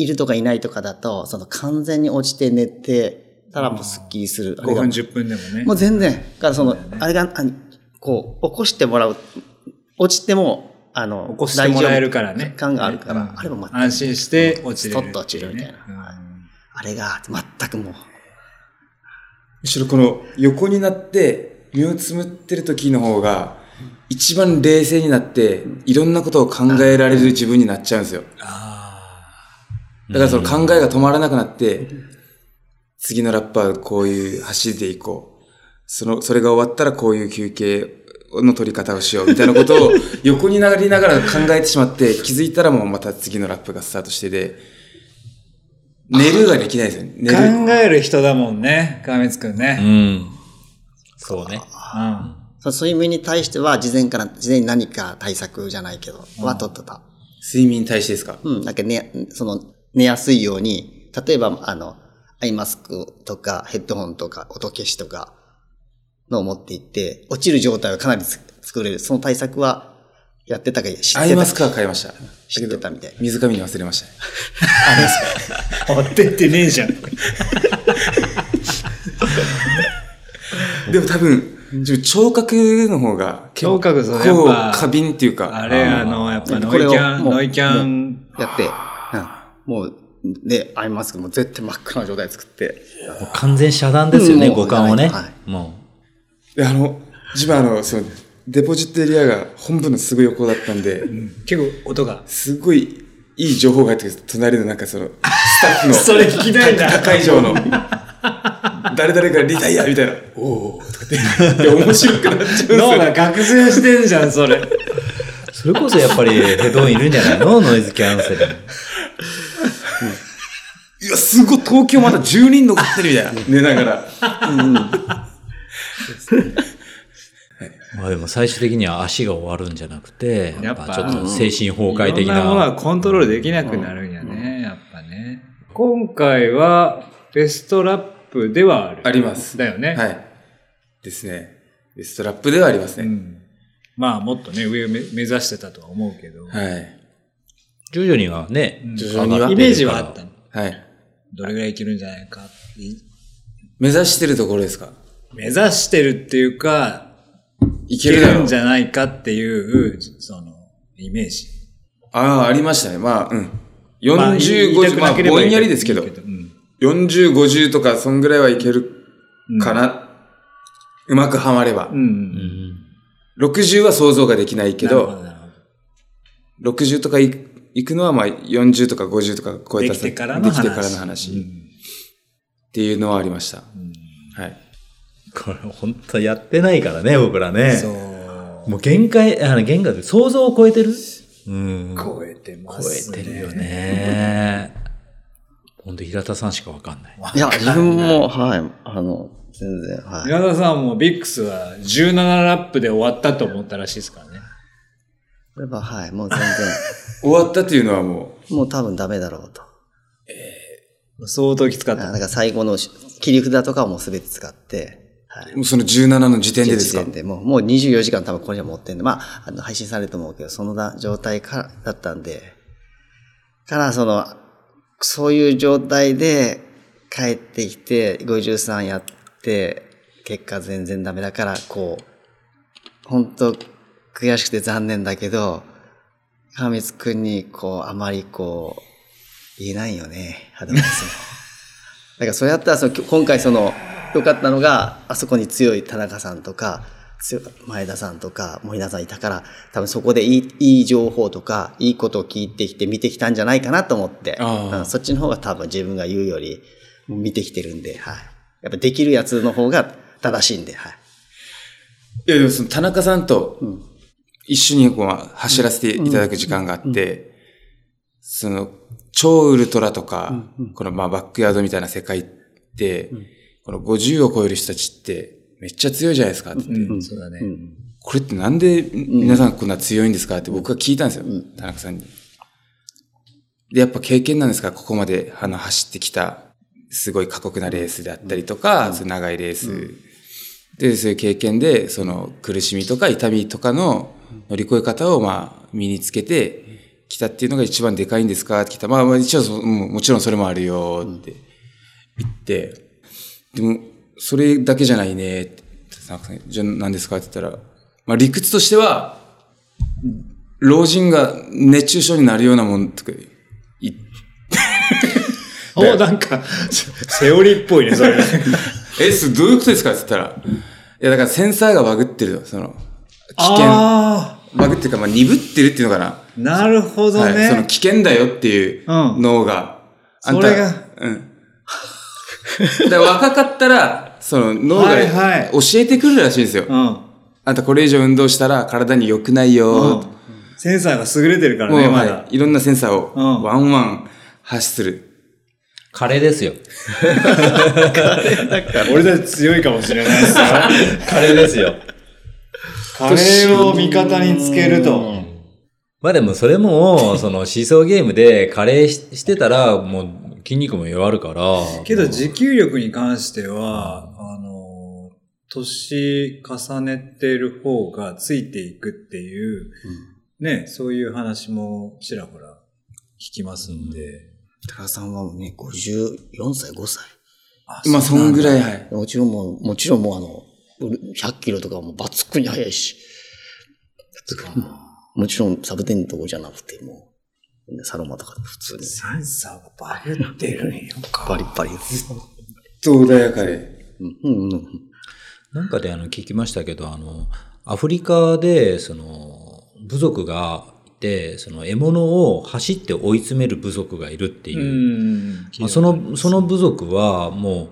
Speaker 3: いるとかいないとかだと、その完全に落ちて寝てたらもうスッキリする。あれ
Speaker 2: 5
Speaker 3: が
Speaker 2: 分、10分でもね。
Speaker 3: もう全然。だからその、あれが、あこう、起こしてもらう、落ちても、あの、
Speaker 2: 起こしてもらえるから
Speaker 3: 大丈
Speaker 2: ね
Speaker 3: 夫。感があるから、
Speaker 2: うん
Speaker 3: あれも全く、
Speaker 2: 安心して落ちれる
Speaker 3: ストッと落ちるみたいなあれが全くもう、
Speaker 4: むしろこの横になって目をつむってる時の方が一番冷静になっていろんなことを考えられる自分になっちゃうんですよ。だからその考えが止まらなくなって次のラッパーこういう走りでいこう。その、それが終わったらこういう休憩の取り方をしようみたいなことを横になりながら考えてしまって気づいたらもうまた次のラップがスタートしてで寝るができないですよね。寝る。
Speaker 2: 考える人だもんね、川光くん
Speaker 1: う
Speaker 2: ね。
Speaker 1: んそうね
Speaker 2: うん
Speaker 3: その睡眠に対しては事前から、事前に何か対策じゃないけど、は取ってた。
Speaker 4: 睡眠に対してですか
Speaker 3: うん、なんかね、その、寝やすいように、例えば、あの、アイマスクとか、ヘッドホンとか、音消しとか、のを持っていって、落ちる状態をかなりつ作れる。その対策は、やってたか、知ってた
Speaker 4: アイマスクは買いました。
Speaker 3: 知ってたみたい。
Speaker 4: 水上に忘れました。
Speaker 2: 持ってってねえじゃん。
Speaker 4: でも多分、自分聴覚の方が結
Speaker 2: 聴覚そうやっ
Speaker 4: 構
Speaker 2: ぱ
Speaker 4: 過敏っていうか、
Speaker 2: あれ、あの、やっぱノ
Speaker 3: これ
Speaker 2: イ
Speaker 3: を
Speaker 2: キャン、
Speaker 3: もう
Speaker 2: ノイキャン、
Speaker 3: やって、うん、もう、ね、アイマスクも絶対真っ赤な状態作って、
Speaker 1: もう完全遮断ですよね、
Speaker 3: うんもう
Speaker 1: 五感をね、
Speaker 3: は
Speaker 1: も
Speaker 4: であの、自分あの、その、デポジットエリアが本部のすぐ横だったんで、
Speaker 2: 結構音が。
Speaker 4: すごいいい情報が入ってくるんです隣のなんかその、スタッフの、
Speaker 2: それ聞きたいんだ。
Speaker 4: 高い上の、誰々がリタイアみたいな、おおとかって、で面白くなっちゃうんですよ。
Speaker 2: 脳が学習してんじゃん、それ。
Speaker 1: うそれこそやっぱりヘドホンいるんじゃない のノイズキャンセル
Speaker 4: いや、すごい、東京まだ10人残ってるみたいな、寝ながら。
Speaker 1: まあでも最終的には足が終わるんじゃなくてや
Speaker 2: やっ
Speaker 1: っ
Speaker 2: ぱ
Speaker 1: ぱちょっと精神崩壊的
Speaker 2: いろんなものは
Speaker 1: な
Speaker 2: コントロールできなくなるんやね、やっぱね。今回は、ベストラップではある。
Speaker 4: あります
Speaker 2: だよね。
Speaker 4: はい。ですね。ベストラップではあります
Speaker 2: う
Speaker 4: ね。
Speaker 2: ん。まあ、もっとね、上を目目指してたとは思うけど。
Speaker 4: はい。
Speaker 1: 徐々にはね、
Speaker 4: 徐々には
Speaker 2: イメージはあったの。
Speaker 4: はい。
Speaker 2: どれぐらいいけるんじゃないか。い
Speaker 4: 目指してるところですか
Speaker 2: 目指してるっていうか、
Speaker 4: い
Speaker 2: いけ
Speaker 4: けるだろ
Speaker 2: るん
Speaker 4: う。
Speaker 2: じゃないかっていう、その、イメージ。
Speaker 4: ああ、ありましたね。まあ、うん。
Speaker 2: まあ
Speaker 4: 40、
Speaker 2: 言いた
Speaker 4: 50、
Speaker 2: く
Speaker 4: まあ、
Speaker 2: なければ
Speaker 4: ぼんやりですけど
Speaker 2: いい、うん
Speaker 4: 40、50とか、そんぐらいはいけるかな。うまくはまれば
Speaker 2: う。ん。
Speaker 1: うん
Speaker 4: 60は想像ができないけ
Speaker 2: なるほ
Speaker 4: ど、
Speaker 2: なるほど
Speaker 4: 60とかいいくのは、まあ、40とか50とか超えた
Speaker 2: できてからの話。
Speaker 4: できてからの話、
Speaker 2: う
Speaker 4: っ
Speaker 2: ん
Speaker 4: ていうのはありました。はい。
Speaker 1: これ本当やってないからね僕らね
Speaker 2: そう。
Speaker 1: もう限界あの限界で想像を超えてるうん
Speaker 2: 超えてま
Speaker 1: 超
Speaker 2: す
Speaker 1: え
Speaker 2: ね。
Speaker 1: てるよ ね本当平田さんしかわかんない
Speaker 3: いや、自分も、はい、あの、全然、はい。
Speaker 2: 宮田さんもビックスは17ラップで終わったと思ったらしいですからね。
Speaker 3: これは、はい、もう全然、
Speaker 4: 終わったっていうのはも、
Speaker 3: もう多分ダメだろうと。
Speaker 2: 相当きつかっ
Speaker 3: あ
Speaker 2: た。
Speaker 3: だから最後のし切り札とかはもう全て使って、はいう
Speaker 4: もうその17の時点でで
Speaker 3: 現
Speaker 4: す
Speaker 3: 時
Speaker 4: か
Speaker 3: 点でもうもう24時間多分これじゃ持ってんで、まあ、あの配信されると思うけど、そのな状態からだったんで、からその、そういう状態で帰ってきて、53やって、結果全然ダメだから、こう、本当悔しくて残念だけど、川光くんに、こう、あまりこう、言えないよね、アド バイスも。だからそれやったらその、今回その、良かったのが、あそこに強い田中さんとか、強い前田さんとか、森田さんいたから、多分そこでいい、いい情報とか、いいことを聞いてきて、見てきたんじゃないかなと思って、
Speaker 4: あー
Speaker 3: うんそっちの方が多分自分が言うより、もう見てきてるんで、はい。やっぱできるやつの方が正しいんで、はい。
Speaker 4: いやでもその田中さんと一緒にこう走らせていただく時間があって、その、超ウルトラとか、このまあバックヤードみたいな世界って、この50を超える人たちってめっちゃ強いじゃないですかって言って、
Speaker 2: うん、そうだね。
Speaker 4: これってなんで皆さんこんな強いんですかって僕が聞いたんですよ、田中さんに。で、やっぱ経験なんですかここまであの走ってきた、すごい過酷なレースであったりとか、その長いレース、で、そういう経験で、その苦しみとか痛みとかの乗り越え方をまあ身につけてきたっていうのが一番でかいんですかって聞いたらまあまあ一応そ、うんもちろんそれもあるよって言って、でも、それだけじゃないねって。田中さんじゃあ何ですかって言ったら、まあ理屈としては、老人が熱中症になるようなもんとか言って、
Speaker 2: おなんか、セオリーっぽいね、それ。
Speaker 4: え、それどういうことですかって言ったら、いやだからセンサーがバグってるよ、その、危険。
Speaker 2: あ
Speaker 4: バグっていうか、まあ鈍ってるっていうのかな。
Speaker 2: あ、なるほど
Speaker 4: はい、その
Speaker 2: ね。
Speaker 4: 危険だよっていう
Speaker 2: うん
Speaker 4: 脳が。あん
Speaker 2: そ
Speaker 4: た
Speaker 2: れが。
Speaker 4: うん。だから若かったら、その脳が
Speaker 2: はいはい
Speaker 4: 教えてくるらしいんですよ。
Speaker 2: うん。
Speaker 4: あんたこれ以上運動したら体に良くないよ、と
Speaker 2: センサーが優れてるから
Speaker 4: もう、
Speaker 2: ね、ま
Speaker 4: は
Speaker 2: だ
Speaker 4: い。いろんなセンサー
Speaker 2: う
Speaker 4: を
Speaker 2: ん
Speaker 4: ワンワン発する。
Speaker 1: カレーですよ。
Speaker 2: 俺たち強いかもしれないですよ。
Speaker 1: カレーですよ。
Speaker 2: カレーを味方につけると。
Speaker 1: まあでもそれも、その思想ゲームでカレーししてたら、もう筋肉も弱るから。
Speaker 2: けど、持久力に関しては、あの、年重ねてる方がついていくっていう、ね、そういう話もちらほら聞きますんで。
Speaker 3: 高田さんはもうね、54歳、5歳。
Speaker 4: まあ、そんぐらい、はい。
Speaker 3: もちろんもう、もちろんもうあの、うる100キロとかもう抜群に速いし、もちろんサブテンとこじゃなくて、もう、サロマとか普通に
Speaker 2: センサーがバグってるんよか。
Speaker 3: バリバリ。
Speaker 4: と穏やかで。
Speaker 3: うんうんうん。
Speaker 1: なんかであの聞きましたけど、あの、アフリカで、その、部族がいて、その獲物を走って追い詰める部族がいるっていう。
Speaker 2: ん
Speaker 1: まあ、その、その部族は、も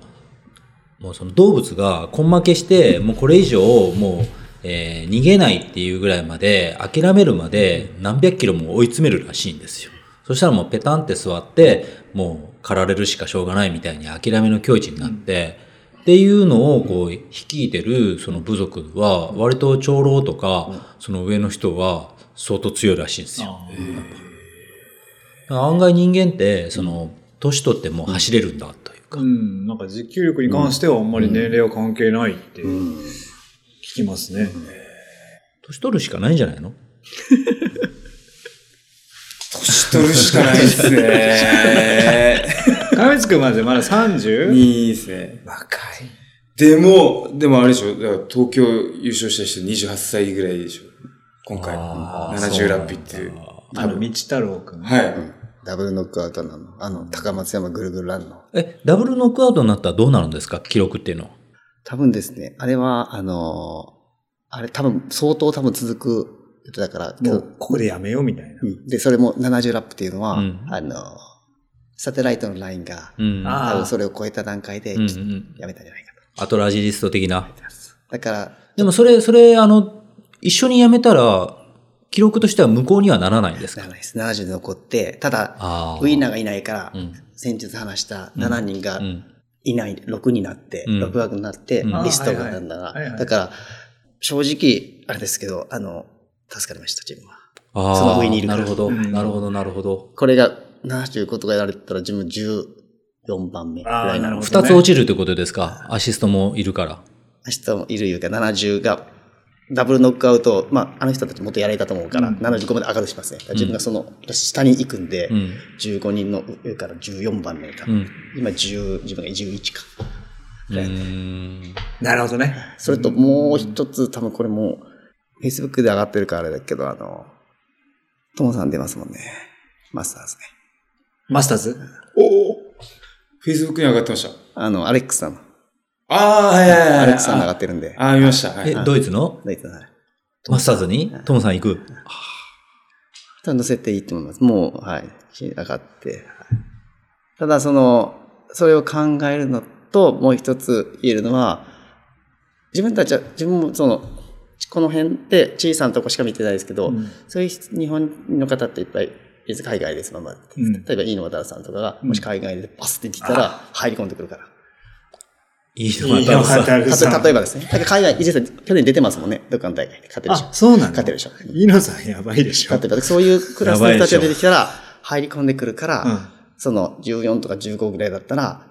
Speaker 1: う、もうその動物が根負けして、もうこれ以上、もう、えー逃げないっていうぐらいまで、諦めるまで何百キロも追い詰めるらしいんですよ。そしたらもうペタンって座って、もう狩られるしかしょうがないみたいに諦めの境地になって、っていうのをこう率いてるその部族は割と長老とかその上の人は相当強いらしいんですよ。案外人間ってその年取っても走れるんだというか、
Speaker 2: うん、なんか持久力に関してはあんまり年齢は関係ないって聞きますね。
Speaker 1: 年取るしかないんじゃないの
Speaker 4: 年取るしかないです ね。
Speaker 2: 亀津くんまでまだ 30?
Speaker 4: いいですね。若い。でも、でもあれでしょ、だから東京優勝した人28歳ぐらいでしょ。今回。
Speaker 1: あー
Speaker 4: 70ラップ行ってる。
Speaker 2: あの、道太郎くん。
Speaker 4: はい。
Speaker 3: ダブルノックアウトなの。あの、高松山ぐるぐるランの。
Speaker 1: え、ダブルノックアウトになったらどうなるんですか記録っていうのは。
Speaker 3: 多分ですね、あれは、あのーあれ多分、相当多分続く、だから、け
Speaker 2: も
Speaker 3: ど
Speaker 2: う、ここでやめようみたいな。
Speaker 3: うんで、それも70ラップっていうのは、
Speaker 1: うん
Speaker 3: あのーサテライトのラインが、
Speaker 1: うん。
Speaker 2: あー
Speaker 3: 多分それを超えた段階で、
Speaker 1: うんう
Speaker 3: き
Speaker 1: ん、
Speaker 3: やめたんじゃないかと。
Speaker 1: アトラジリスト的な。
Speaker 3: だから、
Speaker 1: でもそれ、それ、あの、一緒にやめたら、記録としては無効にはならないんです
Speaker 3: なら
Speaker 1: か
Speaker 3: ないです。70で残って、ただ、
Speaker 1: ああ。
Speaker 3: ウィーナーがいないから、
Speaker 1: うん。
Speaker 3: 先日話した7人が
Speaker 1: うん。
Speaker 3: いない、6になって、
Speaker 1: うん
Speaker 3: 6枠になって、
Speaker 1: うん
Speaker 3: リストがなんだ
Speaker 2: あはいはいはい
Speaker 3: ら、
Speaker 2: はい
Speaker 3: だから、正直、あれですけど、あの、助かりました、自分は。
Speaker 1: ああ。
Speaker 3: その上にいるから
Speaker 1: なるほど。
Speaker 2: うん
Speaker 1: なるほど、なるほど。
Speaker 3: これが70ことがやられたら自分14番目ぐらいなの
Speaker 2: あーなるほ
Speaker 3: で。
Speaker 2: ど
Speaker 1: 二つ落ちるってことですかアシストもいるから。
Speaker 3: 明日もいるいうか70がダブルノックアウト、まあ、あの人たちもっとやられたと思うから、
Speaker 2: うん
Speaker 3: 75まで上がるしますね。だから自分がその下に行くんで、
Speaker 1: うん。
Speaker 3: 15人の上から14番目か、
Speaker 1: うん。
Speaker 3: 今10、自分が11か。
Speaker 1: うーん。
Speaker 2: なるほどね。
Speaker 3: それともう一つ、多分これも、Facebook で上がってるからあれだけど、あの、ともさん出ますもんね。マスターズね。
Speaker 2: マスターズ
Speaker 4: おお !Facebook に上がってました。
Speaker 3: あの、アレックスさんの。
Speaker 4: ああ、はいはいはい。
Speaker 3: アレックスさんの上が
Speaker 4: あ
Speaker 3: ってるんで。
Speaker 4: あー、見ました。は
Speaker 1: え
Speaker 4: い。、
Speaker 1: ドイツの
Speaker 3: 大体はい
Speaker 1: マスターズにトムさん行く
Speaker 3: ただ乗せていいと思います。もう、はい。上がって。はいただ、その、それを考えるのと、もう一つ言えるのは、自分たちは、自分もその、この辺って小さなとこしか見てないですけど、そういう日本の方っていっぱい別に海外です、まあまあ。
Speaker 2: うん
Speaker 3: 例えば、飯野渡さんとかが、もし海外でバスって来たら、入り込んでくるから。
Speaker 1: いいの
Speaker 2: いいの
Speaker 1: 渡さ
Speaker 2: 渡
Speaker 1: ん
Speaker 2: る
Speaker 3: た
Speaker 2: さ
Speaker 3: と
Speaker 2: ん。
Speaker 3: 例えばですね。だから海外、伊集院さん、去年出てますもんね。どっかの大会で勝てるでしょ
Speaker 2: あ、。そうなんだ。
Speaker 3: 勝てるでしょ。
Speaker 2: イノさんやばいでしょ。
Speaker 3: 勝てる。そういうクラスの人たちが
Speaker 1: やばいでしょ
Speaker 3: 出てきたら、入り込んでくるから、
Speaker 2: うん
Speaker 3: その14とか15ぐらいだったら、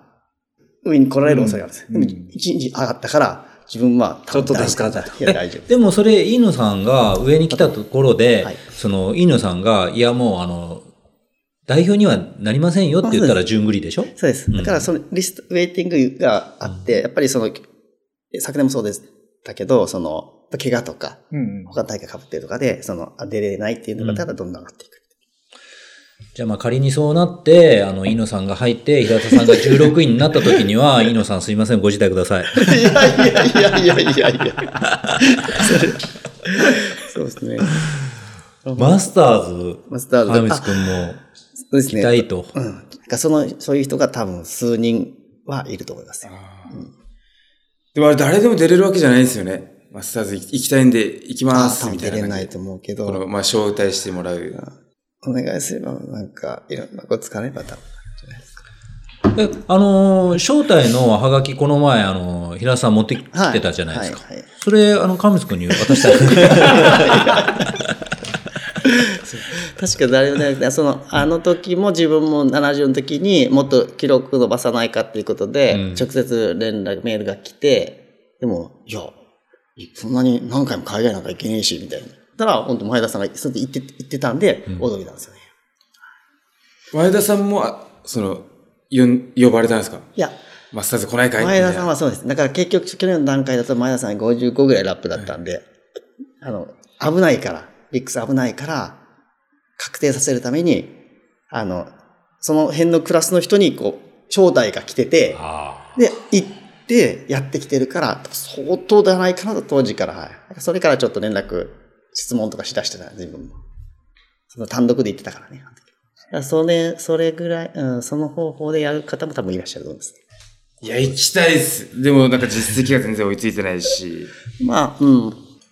Speaker 3: 上に来られる恐れがあるんです。
Speaker 2: うん
Speaker 3: でも、1日上がったから、自分は、
Speaker 2: ちょっと助かった
Speaker 3: いや、大丈夫。
Speaker 1: でもそれ飯野さんが上に来たところで、
Speaker 3: はい
Speaker 1: その飯野さんがいやもうあの代表にはなりませんよって言ったら順繰りでしょ
Speaker 3: そうです。
Speaker 1: うん
Speaker 3: だからそのリスト、ウェイティングがあって、やっぱりその、え昨年もそうでしたけど、その、怪我とか、
Speaker 2: うんうん
Speaker 3: 他の大会被ってるとかで、その、あ出れないっていうのが、ただどんどん上がっていく。
Speaker 1: じゃあまあ仮にそうなってあの飯野さんが入って平田さんが16位になった時に は飯野さんすいませんご辞退ください
Speaker 3: いやいやいやいやいやいや。 それそうですね。
Speaker 1: マスターズ
Speaker 3: マスターズ
Speaker 1: 川光君も
Speaker 3: そうです
Speaker 1: 期
Speaker 3: ね。
Speaker 1: 待と、
Speaker 3: うん。なんかその、そういう人が多分数人はいると思いますよ。
Speaker 4: でもあれ誰でも出れるわけじゃないですよね。マスターズ行き行きたいんで行きま
Speaker 3: あ
Speaker 4: す
Speaker 3: ー
Speaker 4: みた
Speaker 3: 出
Speaker 4: いな
Speaker 3: れ
Speaker 4: 感じで。
Speaker 3: ないと思うけ
Speaker 4: この、
Speaker 3: ど、
Speaker 4: まあ、招待してもらう。
Speaker 3: お願いすれば、なんか、いろんなことつかねば多分。
Speaker 1: えあのー招待のハガキこの前あのー平田さん持ってきてたじゃないですか、
Speaker 3: はいはいはい
Speaker 1: それあの川光君に渡した ら
Speaker 3: 確か誰もなくて、その、あの時も自分も70の時にもっと記録伸ばさないかっていうことで、
Speaker 1: うん
Speaker 3: 直接連絡、メールが来て、でも、いや、そんなに何回も海外なんか行けねえし、みたいな。たら、本当前田さんがそうやって言って、言ってたんで、驚いたんですよね。
Speaker 4: 前田さんも、あその、よん呼ばれたんですか
Speaker 3: いや、
Speaker 4: マスターズ来ないかい
Speaker 3: 前田さん
Speaker 4: は。
Speaker 3: はそうです。だから結局、去年の段階だと前田さん55ぐらいラップだったんで、あの、危ないから、リックス危ないから、確定させるために、あの、その辺のクラスの人に、こう、招待が来てて、で、行って、やってきてるから、相当じゃないかなと、当時から。はい。それからちょっと連絡、質問とかしだしてた、自分も。その単独で行ってたからね。あの時だからそれ、それぐらい、うん、その方法でやる方も多分いらっしゃると思うんです。
Speaker 4: いや、行きたいっす。でもなんか実績が全然追いついてないし。
Speaker 3: まあ、うん。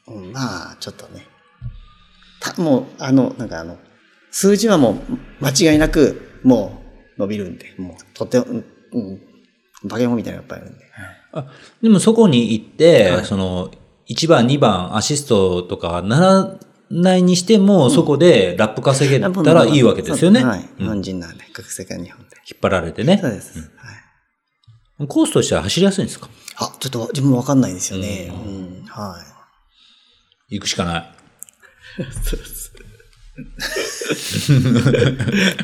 Speaker 3: うんまあ、ちょっとね。た、もう、あの、なんかあの、数字はもう、間違いなく、もう、伸びるんで、もう、とても、うん、うん、化け物みたいなのがいっぱいあるんで。
Speaker 1: あでもそこに行って、その1番2番アシストとかならないにしても、そこでラップ稼げたらいいわけですよね、
Speaker 3: はい。
Speaker 1: う
Speaker 3: 日
Speaker 1: ん引っ
Speaker 3: 本人なんで、各世界日本で。
Speaker 1: 張られて
Speaker 3: そう
Speaker 1: ね
Speaker 3: です。はい。
Speaker 1: コースとしては走りやすいんですか
Speaker 3: あ、ちょっと自分もわかんないですよね。
Speaker 1: う
Speaker 3: うん、はい。
Speaker 1: 行くしかない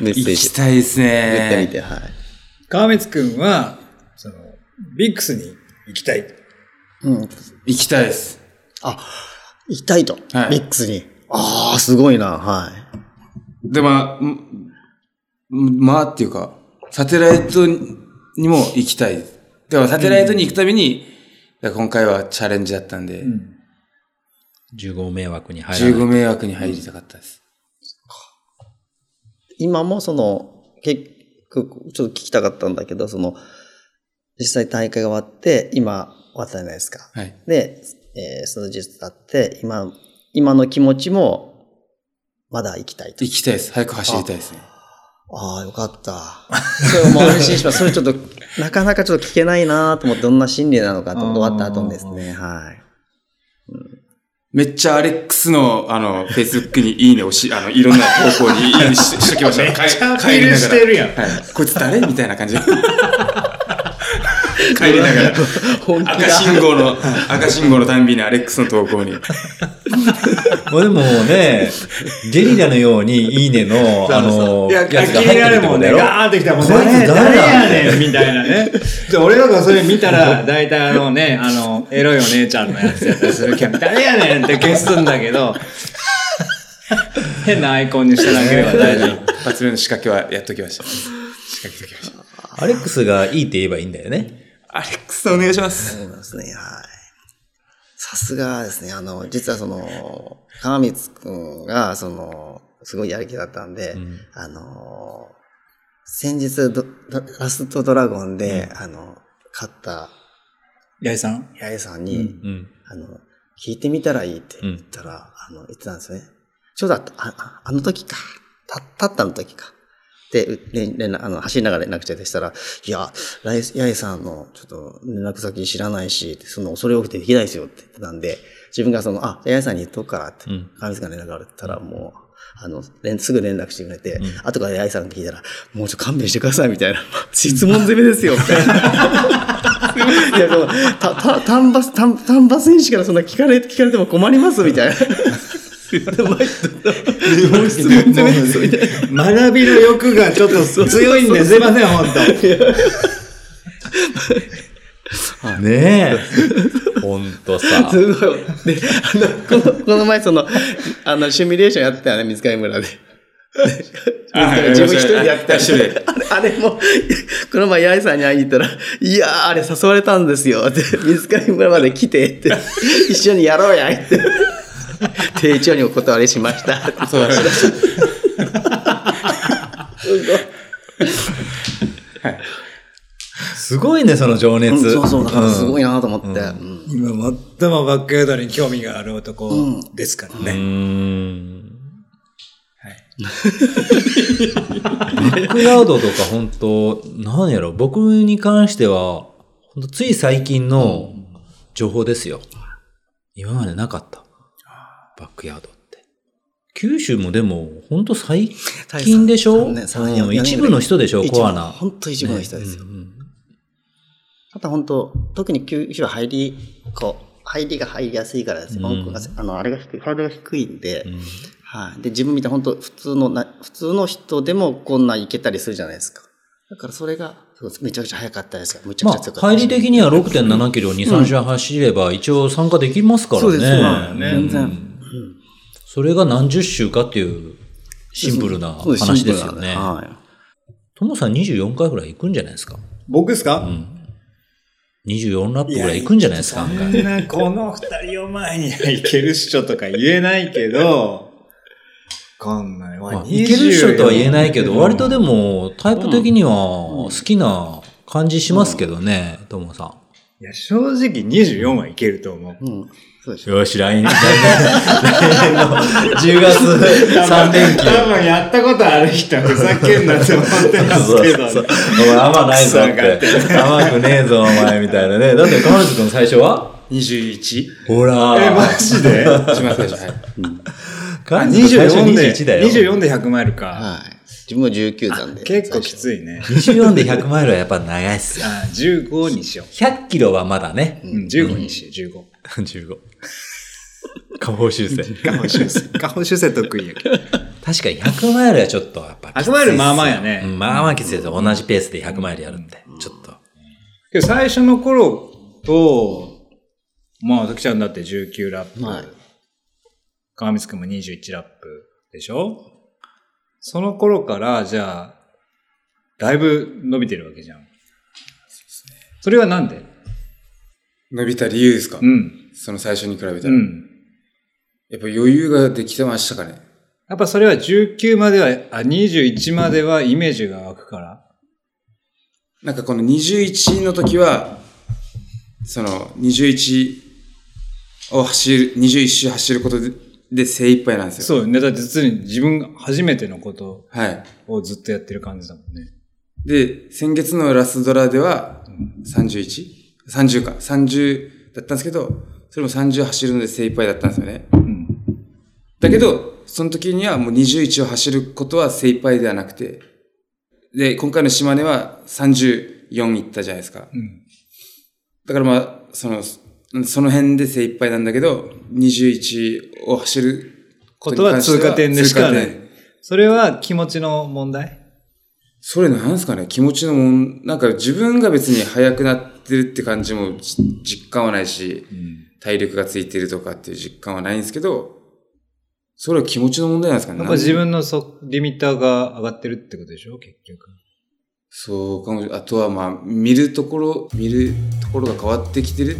Speaker 3: メッ
Speaker 4: 行きたいです
Speaker 3: 言ってみ
Speaker 4: ね。
Speaker 3: て、はい。
Speaker 2: 川光くんは、その、ビックスに行きたい。
Speaker 3: うん。
Speaker 4: 行きたいです。
Speaker 3: あ、痛いと。
Speaker 4: はい
Speaker 3: ミックスに。ああ、すごいな、はい。
Speaker 4: で、まあ、んんまあっていうか、サテライトにも行きたい。でもサテライトに行くために、だから今回はチャレンジだったんで、
Speaker 2: うん。
Speaker 1: 15迷惑に入らない
Speaker 4: 15迷惑に入りたかったです。
Speaker 3: 今もその、結局、ちょっと聞きたかったんだけど、その、実際大会が終わって、今、終わったじゃないですか。
Speaker 4: はい。
Speaker 3: で、えー、数日経って、今、今の気持ちも、まだ行きたいと。
Speaker 4: 行きたいです。早く走りたいですね。
Speaker 3: ああ、よかった。それもう安心します。それちょっと、なかなかちょっと聞けないなと思って、どんな心理なのかと思って終わった後にですね、はい。
Speaker 4: めっちゃアレックスの、あの、フェイスブックにいいねをし、あの、いろんな投稿にいいねししとき ました。めっ
Speaker 2: ちゃアピールしてるやん
Speaker 4: はい。こいつ誰みたいな感 じで。帰りながら。
Speaker 3: 本
Speaker 4: 赤信号の、赤信号のたんびにアレックスの投稿に。
Speaker 1: まあでもねゲリラのように「いいねの」あの
Speaker 2: いや、
Speaker 1: や
Speaker 2: 気
Speaker 1: つが
Speaker 2: に
Speaker 1: 入っ
Speaker 2: な
Speaker 1: てるっ
Speaker 2: る
Speaker 1: てこ
Speaker 2: も
Speaker 1: と
Speaker 2: ん
Speaker 1: だ
Speaker 2: ね。
Speaker 1: ろ
Speaker 2: ガーンってきたらもう
Speaker 1: こいつ
Speaker 2: 誰
Speaker 1: 誰や
Speaker 2: 誰やねんみたいなね。で俺とかそれ見た ら、大体あのね、あの、エロいお姉ちゃんのやつやったりするけど、誰やねんって消すんだけど、変なアイコンにしてなければ大丈夫。
Speaker 4: 一発目の仕掛けはやっときました。仕掛けときました。
Speaker 1: アレックスがいいって言えばいいんだよね
Speaker 4: アレックスお願いします。
Speaker 3: そうなんですね、はい。さすがですね、あの、実はその、川光くんが、その、すごいやる気だったんで、
Speaker 1: ん
Speaker 3: あの、先日ド、ドラストドラゴンで、あの、勝った
Speaker 2: 八重さん
Speaker 3: 八重さんに、
Speaker 2: うん
Speaker 1: うん
Speaker 3: あの、聞いてみたらいいって言ったら、あの、言ってたんですよね。ちょうどああ、ああの時か、た、たったの時か。で、う連連絡、あの、走りながら連絡してしたら、いや、ライス、八重さんの、ちょっと、連絡先知らないし、その、恐れ多くてできないですよって言ってたんで、自分がその、あ、八重さんに言っとくからって、
Speaker 1: うん
Speaker 3: 神様に連絡があるって言ったら、もう、あの、連すぐ連絡してくれて、後から八重さんが聞いたら、もうちょっと勘弁してください、みたいな。質問攻めですよ、みたいな。いや、でも、た、た、丹波、丹丹波選手からそんな聞かれ、聞かれても困ります、みたいな。もう質問攻めですよ、みたいな。
Speaker 2: 学びの欲がちょっと強いんですいません、本
Speaker 1: ねえ。ほんとさ。
Speaker 3: すごい。で、あの、この、この前その、あの、シミュレーションやってたよね、水上 村で。
Speaker 4: あはい
Speaker 3: 自分一人でやってた
Speaker 4: 一人で
Speaker 3: あれ、あれも、この前、八重さんに会いに行ったら、いやー、あれ誘われたんですよ。って、水上村まで来て、 って、一緒にやろうや、って。丁重にお断りしました。
Speaker 4: そうだ
Speaker 1: すごいね、その情
Speaker 3: うん
Speaker 1: 熱。
Speaker 3: そうそう、だからすご
Speaker 1: い。
Speaker 3: いなと思って。うん
Speaker 5: 今、最もバックヤードに興味がある男ですからね。
Speaker 1: うーん。はい。バックヤードとか本当なんやろ、僕に関しては、本当つい最近の情報ですよ。今までなかった。バックヤードって。九州もでも、本当最近でしょ、
Speaker 3: 三年三年
Speaker 1: うん
Speaker 3: 四年
Speaker 1: 一部の人でしょ、
Speaker 3: 一部
Speaker 1: コアな。
Speaker 3: 本当一部の人ですよ。
Speaker 1: うんうん
Speaker 3: あと本当、特に九州は入り、こう、入りが入りやすいからですよ。
Speaker 1: うん
Speaker 3: 文句が、あの、あれが低い、ハードルが低いんで、
Speaker 1: うん
Speaker 3: はい。で、自分みたいに本当、普通のな、普通の人でもこんなんいけたりするじゃないですか。だからそれが、そうめちゃくちゃ早かったですよ。めちゃ
Speaker 1: ま
Speaker 3: くちゃ
Speaker 1: あ
Speaker 3: 強、かった
Speaker 1: 入
Speaker 3: です。
Speaker 1: り的には6.7キロ2、3周走れば一応参加できますからね。
Speaker 3: そうですそうなん
Speaker 5: だよね
Speaker 1: うん
Speaker 3: 全然
Speaker 1: それが何十周かっていうシンプルな
Speaker 3: そうす
Speaker 1: 話ですよ
Speaker 3: シンプル
Speaker 1: ね。
Speaker 3: なんではい。
Speaker 1: ともさん24回ぐらい行くんじゃないですか。
Speaker 2: 僕ですか、
Speaker 1: 24ラップぐらい行くんじゃないですか。
Speaker 2: そんなこの二人を前にはいけるっしょとか言えないけど、わかんないわ。
Speaker 1: まあ、いける人とは言えないけど、割とで
Speaker 2: も。
Speaker 1: もタイプ的には好きな感じしますけどね、ともさん。
Speaker 2: いや、正直24はいけると思う。
Speaker 3: うん。そうでしょ。
Speaker 1: よし、来年、来年の10月3連休。
Speaker 2: 多分やったことある人はふざけんなって思ってます
Speaker 1: そう
Speaker 2: け
Speaker 1: そうそ
Speaker 2: ど
Speaker 1: う
Speaker 2: ね。
Speaker 1: お前甘ないぞって。甘くねえぞ、お前みたいなね。だって、彼女との最初は
Speaker 4: 21?
Speaker 1: ほら
Speaker 2: え、マジで
Speaker 4: 一番最初、はい。
Speaker 1: 彼女と最初
Speaker 2: 24で、
Speaker 1: 21だよ。
Speaker 2: 24で100マイルか。
Speaker 3: はい。自分は19なんで。
Speaker 2: 結構
Speaker 3: 最
Speaker 2: き
Speaker 3: 初
Speaker 2: ついね。
Speaker 1: 24で100マイルはやっぱ長いっすよ。
Speaker 2: あ15にしよ
Speaker 1: 100キロはまだね
Speaker 2: う。。うん、15にしよう、
Speaker 1: 15。下方修正。
Speaker 2: 15。下方修正。下方修正得意やけど。
Speaker 1: 確かに100マイルはちょっとやっぱきついっす
Speaker 2: 100マイルまあまあやね
Speaker 1: うんまあまあきついですよ。同じペースで100マイルやるって。ちょっと。
Speaker 2: けど最初の頃と、まあ、ときちゃんだって19ラップ。
Speaker 3: はい
Speaker 2: 川光くんも21ラップでしょその頃から、じゃあ、だいぶ伸びてるわけじゃん。それはなんで
Speaker 4: 伸びた理由ですか、
Speaker 2: うん。
Speaker 4: その最初に比べたら。
Speaker 2: うん。
Speaker 4: やっぱ余裕ができてましたかね。
Speaker 2: やっぱそれは19までは、あ、21まではイメージが湧くから。
Speaker 4: なんかこの21の時は、その21を走る、21周走ることでで精一杯なんですよ。
Speaker 2: そうね。だって実に自分が初めてのこと
Speaker 4: はい。
Speaker 2: をずっとやってる感じだもんね。
Speaker 4: で、先月のラスドラでは 31?30 か。30だったんですけど、それも30走るので精一杯だったんですよね。
Speaker 2: うん。
Speaker 4: だけど、その時にはもう21を走ることは精一杯ではなくて、で、今回の島根は34いったじゃないですか。
Speaker 2: ん
Speaker 4: だからまあ、その、その辺で精一杯なんだけど、21を走る
Speaker 2: ことは通過点でしかな
Speaker 4: 通過
Speaker 2: い
Speaker 4: 点。
Speaker 2: それは気持ちの問題
Speaker 4: それなんですかね気持ちのもん、なんか自分が別に速くなってるって感じもじ実感はないし、体力がついてるとかっていう実感はないんですけど、それは気持ちの問題なんですかね
Speaker 2: やっぱ自分のそリミッターが上がってるってことでしょ結局。
Speaker 4: そうかもしあとはまあ、見るところ、見るところが変わってきてる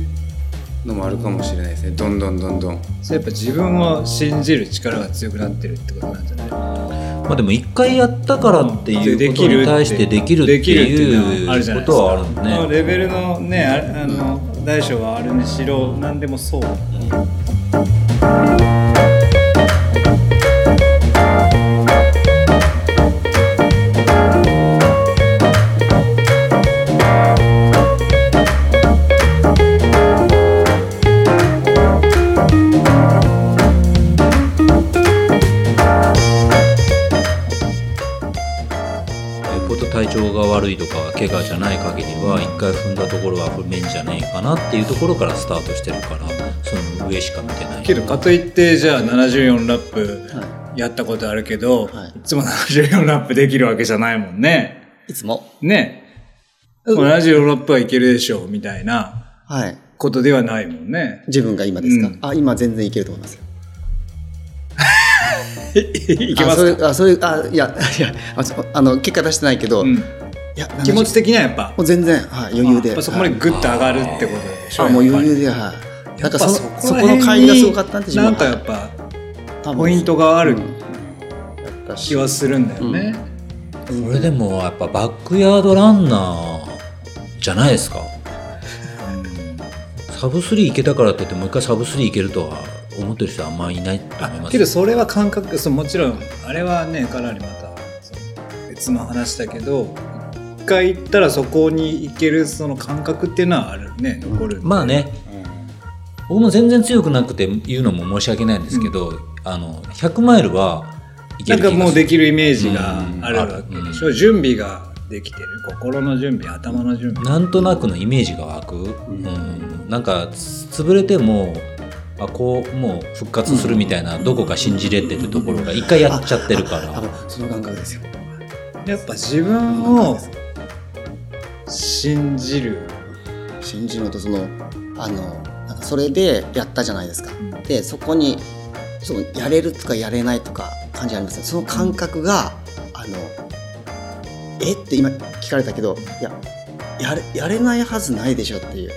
Speaker 4: のもあるかもしれないですね。どんどんどんどん。
Speaker 2: それやっぱ自分を信じる力が強くなってるってことなんじゃない
Speaker 1: まあでも一回やったからっていうことに対してできるっていうことはあるんで
Speaker 2: この
Speaker 1: ね。
Speaker 2: レベルのね、あれあの、大小はあるにしろ、何でもそう。
Speaker 1: 調が悪いとか怪我じゃない限りは一回踏んだところは踏めんじゃねえかなっていうところからスタートしてるからその上しか見てない
Speaker 2: けどかといってじゃあ74ラップやったことあるけど、
Speaker 3: はい
Speaker 2: い、つも74ラップできるわけじゃないもんね。
Speaker 3: いつも。
Speaker 2: ね。74ラップはいけるでしょうみたいな
Speaker 3: はい。
Speaker 2: ことではないも んね。
Speaker 3: 自分が今ですか、
Speaker 2: うん
Speaker 3: あ、今全然いけると思いますよ。
Speaker 2: いけま
Speaker 3: あ、そ
Speaker 2: す
Speaker 3: れ
Speaker 2: か、
Speaker 3: あ、それ、あ、いや、いや、あそうあの、結果出してないけど、
Speaker 2: うん
Speaker 3: いや、
Speaker 2: 気持ち
Speaker 3: 70
Speaker 2: 的にはやっぱ
Speaker 3: もう全然、はい、余裕
Speaker 2: やっ
Speaker 3: で。
Speaker 2: ぱそこまで
Speaker 3: はい
Speaker 2: グッと上がるってことでしょ
Speaker 3: あ、もう
Speaker 2: やっぱり
Speaker 3: 余裕で、はい。なんかその、そ
Speaker 2: やっぱ
Speaker 3: この会
Speaker 2: 辺
Speaker 3: 議
Speaker 2: に
Speaker 3: がすごかったんで、自分
Speaker 2: な
Speaker 3: は
Speaker 2: んかやっぱポイントがある気はするんだよね。
Speaker 1: それでもやっぱバックヤードランナーじゃないですかサブスリーいけたからって言ってもう一回サブスリーいけるとは思ってる人はあんまいないと思います
Speaker 2: けどそれは感覚そうもちろんあれはねかなりまたそう別の話だけど一回行ったらそこに行けるその感覚っていうのはあるね残るんで
Speaker 1: まあね、僕も全然強くなくて言うのも申し訳ないんですけど、あの100マイルはいける
Speaker 2: な
Speaker 1: 気が
Speaker 2: んか
Speaker 1: する
Speaker 2: もうできるイメージがあるわけでしょ、
Speaker 1: う
Speaker 2: 準備ができてる心の準備頭の準備
Speaker 1: なんとなくのイメージが湧く、うんなんかつ潰れてもあこうもう復活するみたいな、どこか信じれてるところが一回やっちゃってるから、
Speaker 3: あのその感覚ですよ。
Speaker 2: やっぱ自分を信じる
Speaker 3: 新人のとそのあのなんかそれでやったじゃないですか、でそこにそのやれるとかやれないとか感じありますねその感覚が、あのえって今聞かれたけどいややれやれないはずないでしょっていう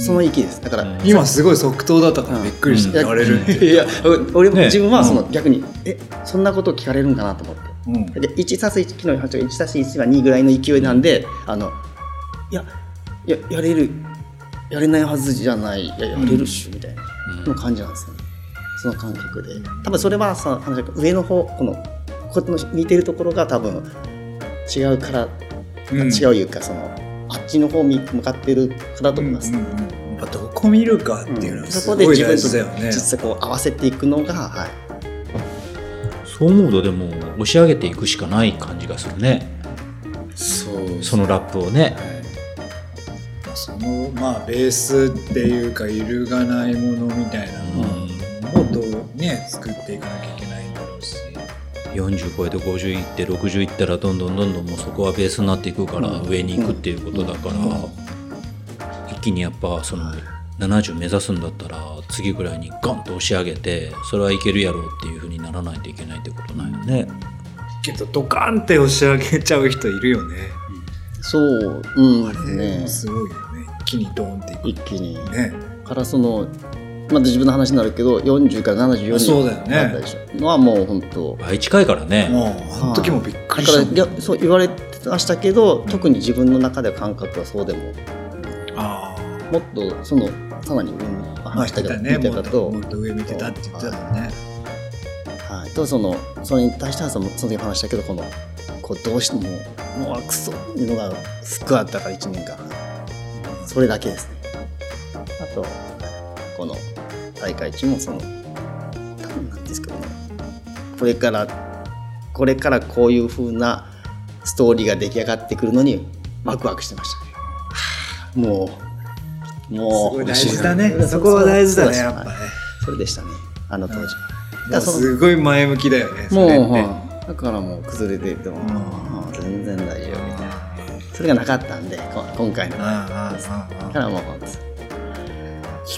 Speaker 3: その域ですだから、
Speaker 1: うん
Speaker 2: 今すごい即答だったからびっくりし
Speaker 1: うん
Speaker 2: てやれるって、
Speaker 3: いや俺も
Speaker 1: ね
Speaker 3: 自分はその、逆にえそんなこと聞かれるんかなと思って
Speaker 2: うん
Speaker 3: で1たす1昨日の話が1たす1は2ぐらいの勢いなんであのいやいややれるやれないはずじゃないいややれるっしょみたいなの感じなんですよねその感覚で多分それはさ話が上の方このこっちの見てるところが多分違うから、
Speaker 2: うん
Speaker 3: 違ういうかそのあっちの方に向かってるからだと思います、
Speaker 2: うんうんうんやっぱどこ見るかっていうのはす
Speaker 3: そこ
Speaker 2: ご
Speaker 3: で
Speaker 2: い
Speaker 3: 自
Speaker 2: 大
Speaker 3: 分
Speaker 2: 事だよね
Speaker 3: と。実はこう合わせていくのが、はい、
Speaker 1: そう思うとでも押し上げていくしかない感じがするね
Speaker 4: そう
Speaker 1: そのラップをね
Speaker 2: そのまあベースっていうか揺るがないものみたいなのをもっとね作っていかなきゃいけないんだろうし。
Speaker 1: 40超えて50いって60いったらどんどんどんどんもうそこはベースになっていくから上に行くっていうことだから一気にやっぱその70目指すんだったら次ぐらいにガンと押し上げてそれはいけるやろうっていうふうにならないといけないってことなんよね。
Speaker 2: けどドカンって押し上げちゃう人いるよね。
Speaker 3: そう、うん、ね
Speaker 2: すごいよね。一気にドーンっていく
Speaker 3: 一気に。
Speaker 2: ね。
Speaker 3: からそのまた自分の話になるけど40から74に
Speaker 2: そうだよね
Speaker 3: なったでしょのはもう本当
Speaker 1: 倍近いからね。
Speaker 2: もうあの時もびっく
Speaker 3: だ
Speaker 2: り
Speaker 3: か
Speaker 2: し
Speaker 3: ら
Speaker 2: た
Speaker 3: いやそう言われてましたけど特に自分の中では感覚はそうでも
Speaker 2: ああ。
Speaker 3: もっとそのさらに上の
Speaker 2: まあ
Speaker 3: 話
Speaker 2: 見
Speaker 3: したけ
Speaker 2: てた
Speaker 3: ど
Speaker 2: ね。
Speaker 3: 見
Speaker 2: も
Speaker 3: た
Speaker 2: っ
Speaker 3: 方
Speaker 2: と
Speaker 3: と
Speaker 2: もっと上見てたって言ってたもんね。
Speaker 3: はい、とそのそれに対してはそのその時話したけどこのこうどうしてももうクソっていうのがすっごいあったから1年間それだけですねあとこの大会中もその多分なんですけどねこれからこれからこういう風なストーリーが出来上がってくるのにワクワクしてましたねはあもう
Speaker 2: す
Speaker 3: もう
Speaker 2: ごい大事だね
Speaker 3: う。ん
Speaker 2: そこは大事だね
Speaker 3: そう
Speaker 2: や
Speaker 3: でし
Speaker 2: っ
Speaker 3: た
Speaker 2: ぱね。
Speaker 3: それでしたねあの当時、だか
Speaker 2: もう
Speaker 3: らその
Speaker 2: すごい前向きだよね。そ
Speaker 3: もう、
Speaker 2: れって
Speaker 3: はいだからもう崩れてても、うん全然大丈夫みたいなそれがなかったんでこ今回の
Speaker 2: ああ
Speaker 3: だ
Speaker 2: ああああ。
Speaker 3: からもう本当です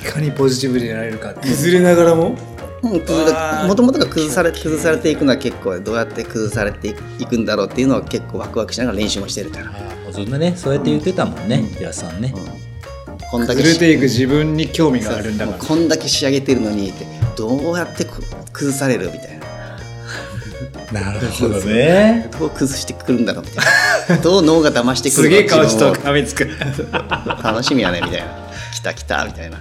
Speaker 2: いかにポジティブでいられるかっていう
Speaker 4: 崩れながらも
Speaker 3: うん崩れもともとが崩され崩されていくのは結構どうやって崩されていくんだろうっていうのは結構ワクワクしながら練習もしてるから、
Speaker 1: そんなねそうやって言ってたもんね、平田さんね。
Speaker 3: うんこんだけ
Speaker 2: 崩れていく自分に興味があるんだから
Speaker 3: もうこんだけ仕上げてるのにってどうやってこ崩されるみたいな
Speaker 1: なるほどね。
Speaker 3: どう崩してくるんだろうみた いなどう脳が騙してく
Speaker 2: す
Speaker 3: る
Speaker 2: げえ顔し
Speaker 3: 自分
Speaker 2: と
Speaker 3: を
Speaker 2: 噛みつく
Speaker 3: 楽しみやねみたいな来た来たみたいな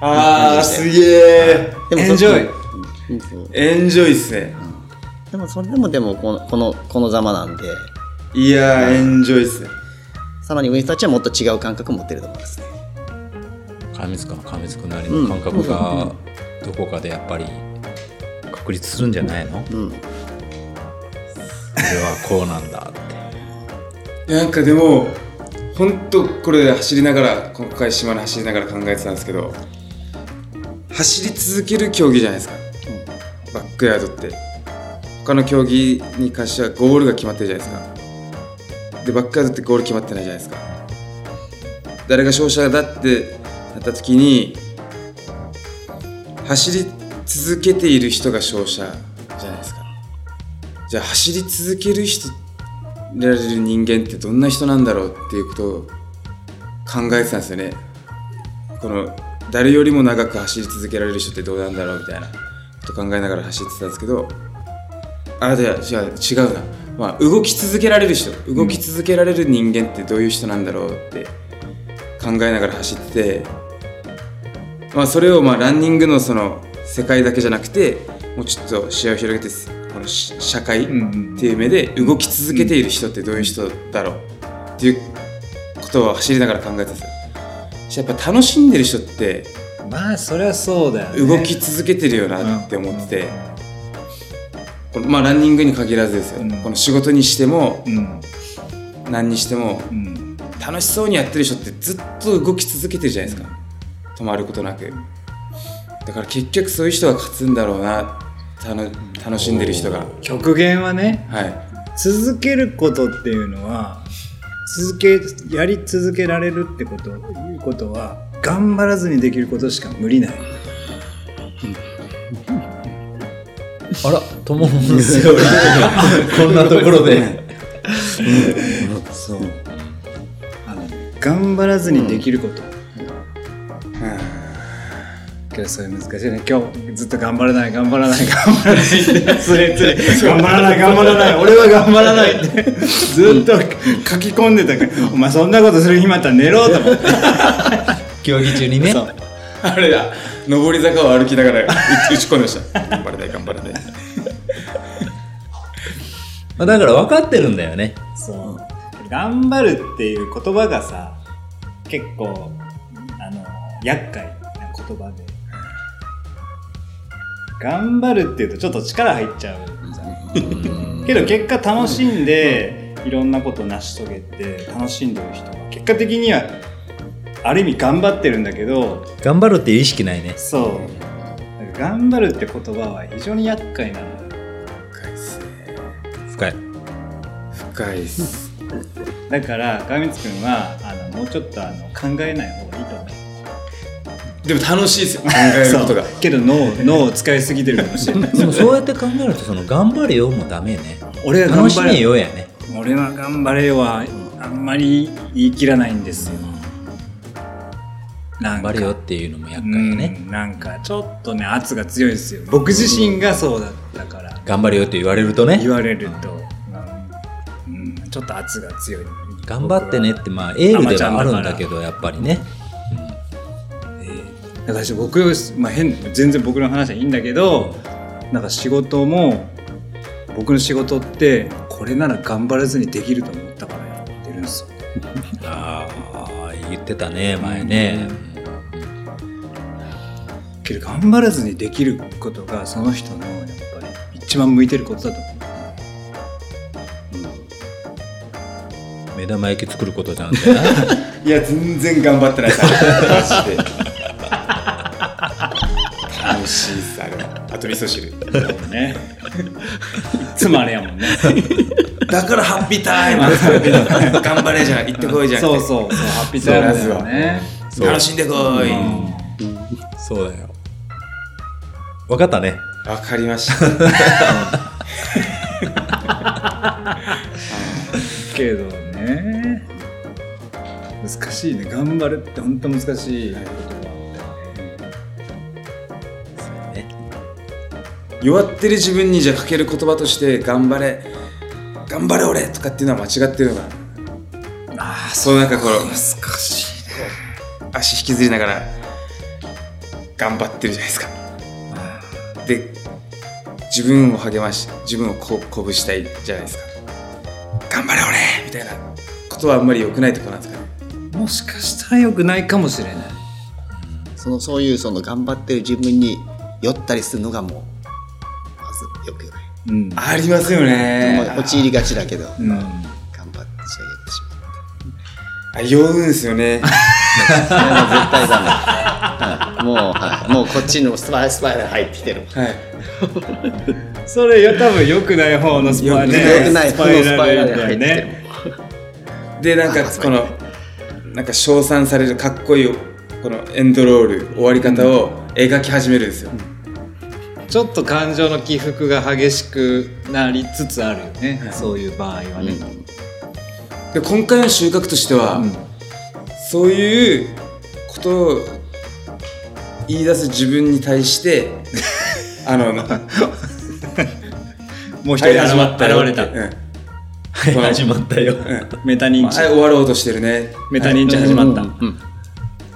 Speaker 4: ああすげえ
Speaker 2: エンジョイ
Speaker 3: イ
Speaker 4: エンジョイっすね
Speaker 3: でもそれでもでもこのこのこのざまなんで
Speaker 4: いやーエンジョイっすね
Speaker 3: さらに上の人たちはもっと違う感覚を持ってると思いますね
Speaker 1: 神塚の神塚なりの感覚がどこかでやっぱり確立するんじゃないの、
Speaker 3: うん
Speaker 1: 俺はこうなんだって。
Speaker 4: いやなんかでも本当これ走りながら今回島の走りながら考えてたんですけど走り続ける競技じゃないですか、バックヤードって他の競技に関してはゴールが決まってるじゃないですかでバックヤードってゴール決まってないじゃないですか誰が勝者だってなった時に走り続けている人が勝者じゃないですかじゃあ走り続ける人られる人間ってどんな人なんだろうっていうことを考えてたんですよねこの誰よりも長く走り続けられる人ってどうなんだろうみたいなこと考えながら走ってたんですけどあじゃあ違う違うな、まあ、動き続けられる人動き続けられる人間ってどういう人なんだろうって考えながら走ってて、まあ、それをまあランニングのその世界だけじゃなくてもうちょっと視野を広げてこのし社会、っていう目で動き続けている人ってどういう人だろうっていうことを走りながら考えてたんですよそしたらやっぱ楽しんでる人って
Speaker 2: まあそりゃそうだよね
Speaker 4: 動き続けてるよなって思ってて、このまあランニングに限らずですよ、
Speaker 2: うん
Speaker 4: この仕事にしても
Speaker 2: うん
Speaker 4: 何にしても
Speaker 2: うん
Speaker 4: 楽しそうにやってる人ってずっと動き続けてるじゃないですか止まることなくだから結局そういう人が勝つんだろうなたの楽しんでる人が
Speaker 2: 極限はね
Speaker 4: はい
Speaker 2: 続けることっていうのは続けやり続けられるってこということは頑張らずにできることしか無理ない
Speaker 1: あら、とものセオリーこんなところで。
Speaker 2: そうあの頑張らずにできること、けどそれ難しいね今日ずっと頑張らない頑張らない頑張らないってつれつれ頑張らない頑張らない俺は頑張らないってずっと書き込んでたからお前そんなことする暇あったら寝ろと思って
Speaker 1: 競技中にね。
Speaker 4: あれだ上り坂を歩きながら打ち込んでました頑張れない頑張れない
Speaker 1: まあだから分かってるんだよね。
Speaker 2: そう頑張るっていう言葉がさ結構あの厄介な言葉で頑張るっていうとちょっと力入っちゃうじゃんけど結果楽しんでいろんなこと成し遂げて楽しんでる人が結果的にはある意味頑張ってるんだけど
Speaker 1: 頑張るっていう意識ないね。
Speaker 2: そう頑張るって言葉は非常に厄介なんだよ
Speaker 4: 深いっすね
Speaker 1: 深い。
Speaker 4: 深いっす
Speaker 2: だから川光君はあのもうちょっとあの考えない方がいいと思う
Speaker 4: でも楽しいっすよ考えることが
Speaker 2: そうけど脳脳を使いすぎてるかもしれない
Speaker 1: でもそうやって考えると、その、頑張れよもダメね。
Speaker 2: 俺は頑
Speaker 1: 楽し
Speaker 2: 張
Speaker 1: め
Speaker 2: れ
Speaker 1: よやね。
Speaker 2: 俺は頑張れよはあんまり言い切らないんですよな
Speaker 1: 頑
Speaker 2: んか
Speaker 1: 張れよっていうのも厄
Speaker 2: う
Speaker 1: 介だね。
Speaker 2: んなんかちょっとね圧が強いですよ僕自身がそうだったから
Speaker 1: 頑張れよって言われるとね
Speaker 2: 言。われると、うんうんちょっと圧が強い
Speaker 1: 頑張ってねって、まあ、エールではあるんだけど、やっぱりね。
Speaker 2: だから私僕、まあ、変全然僕の話はいいんだけどなんか仕事も僕の仕事ってこれなら頑張らずにできると思ったからやってるんですよ
Speaker 1: ああ、言ってたね、前ね。
Speaker 2: けど頑張らずにできることがその人のやっぱり一番向いてることだと思う
Speaker 1: 目玉焼き作ることじゃんだよな。
Speaker 4: いや全然頑張ってないですマジで楽しいっすあれはあと味噌汁
Speaker 2: ね いつもあれやもんね
Speaker 4: だからハッピータイム頑張れじゃん行ってこいじゃん
Speaker 2: そうそうそうハッピータイムだよね
Speaker 4: 楽しんでこい
Speaker 1: そうだよ。分かったね。
Speaker 4: わかりました
Speaker 2: けどね難しいね頑張るって本当難しい言葉
Speaker 4: 弱ってる自分にじゃあかける言葉として頑張れ頑張れ俺とかっていうのは間違ってるのかな
Speaker 2: あ
Speaker 4: そうなんかこの難しいね足引きずりながら頑張ってるじゃないですかで自分を励まし自分をこ鼓舞したいじゃないですか頑張れ俺みたいなことはあんまり良くないとこなんですかね
Speaker 2: あもしかしたら良くないかもしれない
Speaker 3: そのそういうその頑張ってる自分に酔ったりするのがもうまずよくない
Speaker 2: うん
Speaker 4: ありますよね
Speaker 3: まあ陥りがちだけど、
Speaker 2: うん
Speaker 3: 頑張って仕上げてし
Speaker 4: あ酔うんですよ ね
Speaker 3: そ れは絶対ダメ、はい、もう、はい、もうこっちにもスパイスパイラル入ってきてる
Speaker 4: はい
Speaker 2: それよ多分良くない方のスパイラル
Speaker 3: 良くない
Speaker 2: ス
Speaker 3: 方
Speaker 2: パ
Speaker 3: の
Speaker 2: イ
Speaker 3: スパイラ
Speaker 2: ラ
Speaker 3: ル
Speaker 2: ル
Speaker 3: 入っ
Speaker 2: だよ
Speaker 3: てきてる
Speaker 2: ね
Speaker 4: でなんかこのなんか称賛されるかっこいいこのエンドロール終わり方を描き始めるんですよ、
Speaker 2: ちょっと感情の起伏が激しくなりつつあるよね、そういう場合はね、
Speaker 4: で今回の収穫としては、そういうことを言い出す自分に対して あの
Speaker 2: もう一
Speaker 4: はい
Speaker 2: 人現,、
Speaker 4: よ
Speaker 2: れた
Speaker 4: うん
Speaker 1: はい始まったよ
Speaker 2: メタ認知、
Speaker 4: はい終わろうとしてるね
Speaker 2: メタ認知始まった、
Speaker 3: うんうん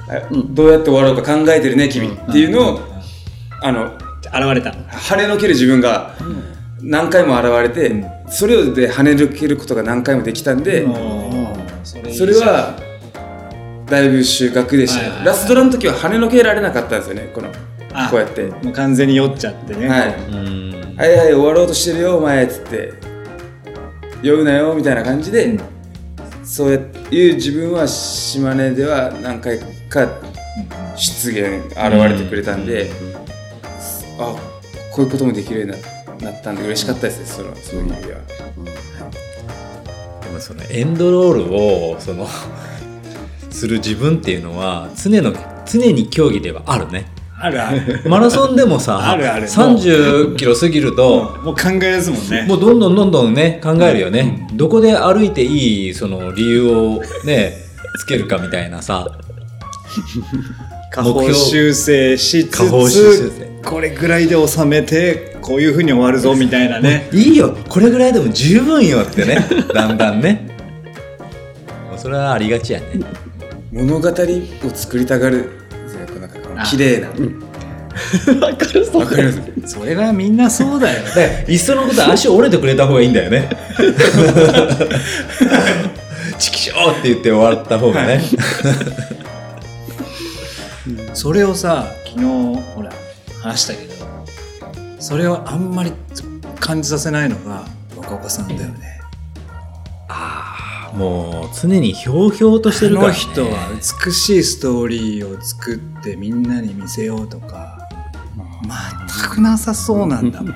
Speaker 4: はいどうやって終わろうか考えてるね君っていうのをあの
Speaker 2: 現れた
Speaker 4: 跳ねのける自分が何回も現れてそれで跳ねのけることが何回もできたんでそれはだいぶ収穫でし
Speaker 2: はいはいは
Speaker 4: た
Speaker 2: い
Speaker 4: ラストラの時は跳ねのけられなかったんですよねこの
Speaker 2: あ
Speaker 4: こうやっては
Speaker 2: もう完全に酔っちゃってね、
Speaker 4: い
Speaker 1: うん
Speaker 4: はいはい終わろうとしてるよお前っつって酔うなよみたいな感じでそういう自分は島根では何回か出現現れてくれたんで、あこういうこともできるようにななったんで嬉しかったですねそのそういう意味では。
Speaker 1: でもそのエンドロールをそのする自分っていうのは常の常に競技ではあるね
Speaker 2: あるある
Speaker 1: マラソンでも さ
Speaker 2: あるある
Speaker 1: 30キロ過ぎると
Speaker 2: もう考えですもんね
Speaker 1: もうどんどんどんどんね考えるよね、どこで歩いていいその理由をねつけるかみたいなさ
Speaker 2: 下方修正し
Speaker 1: 下
Speaker 2: つ
Speaker 1: 方修
Speaker 2: つ
Speaker 1: 正
Speaker 2: これぐらいで収めてこういうふうに終わるぞみたいなね
Speaker 1: いいよこれぐらいでも十分よって ねだんだんねもうそれはありがちやね
Speaker 4: 物語を作りたがるなんかこの綺麗な
Speaker 3: わかる
Speaker 4: わかります
Speaker 2: それはみんなそうだよ
Speaker 1: だからいっそのこと足折れてくれた方がいいんだよ ねチキショーって言って終わった方がね、
Speaker 2: それをさ昨日ほら話したけどそれをあんまり感じさせないのが若岡さんだよね
Speaker 1: もう常にひょうひょうとして
Speaker 2: あ
Speaker 1: るから、
Speaker 2: の
Speaker 1: ね、
Speaker 2: 人は美しいストーリーを作ってみんなに見せようとか全くなさそうなんだも ん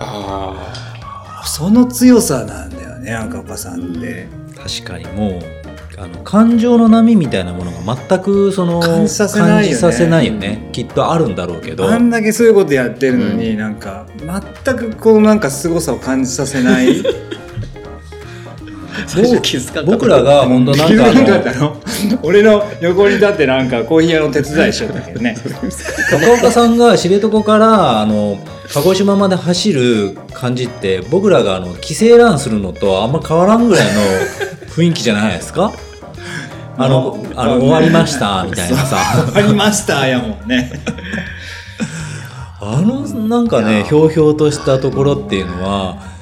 Speaker 4: あ
Speaker 2: その強さなんだよね赤岡さんって
Speaker 1: 確かにもうあの感情の波みたいなものが全くその
Speaker 2: 感じさせないよね
Speaker 1: 感じさせないよねきっとあるんだろうけど
Speaker 2: あんだけそういうことやってるのに、なんか全くこうなんか凄さを感じさせない
Speaker 3: 最初気づかなかった
Speaker 1: 僕らが本当なんかあ
Speaker 2: 気づ
Speaker 1: の
Speaker 2: かなかったの 俺の横に立ってなんかコーヒー屋の手伝いしよったけどね
Speaker 1: 高岡さんが知床からあの鹿児島まで走る感じって僕らがあの帰省ランするのとあんま変わらんぐら いの雰囲気じゃないですかあの
Speaker 2: もう
Speaker 1: あの
Speaker 2: そうね
Speaker 1: 終わりましたみたいなさ
Speaker 2: ありましたやもんね
Speaker 1: あのなんかねひょうひょうとしたところっていうのは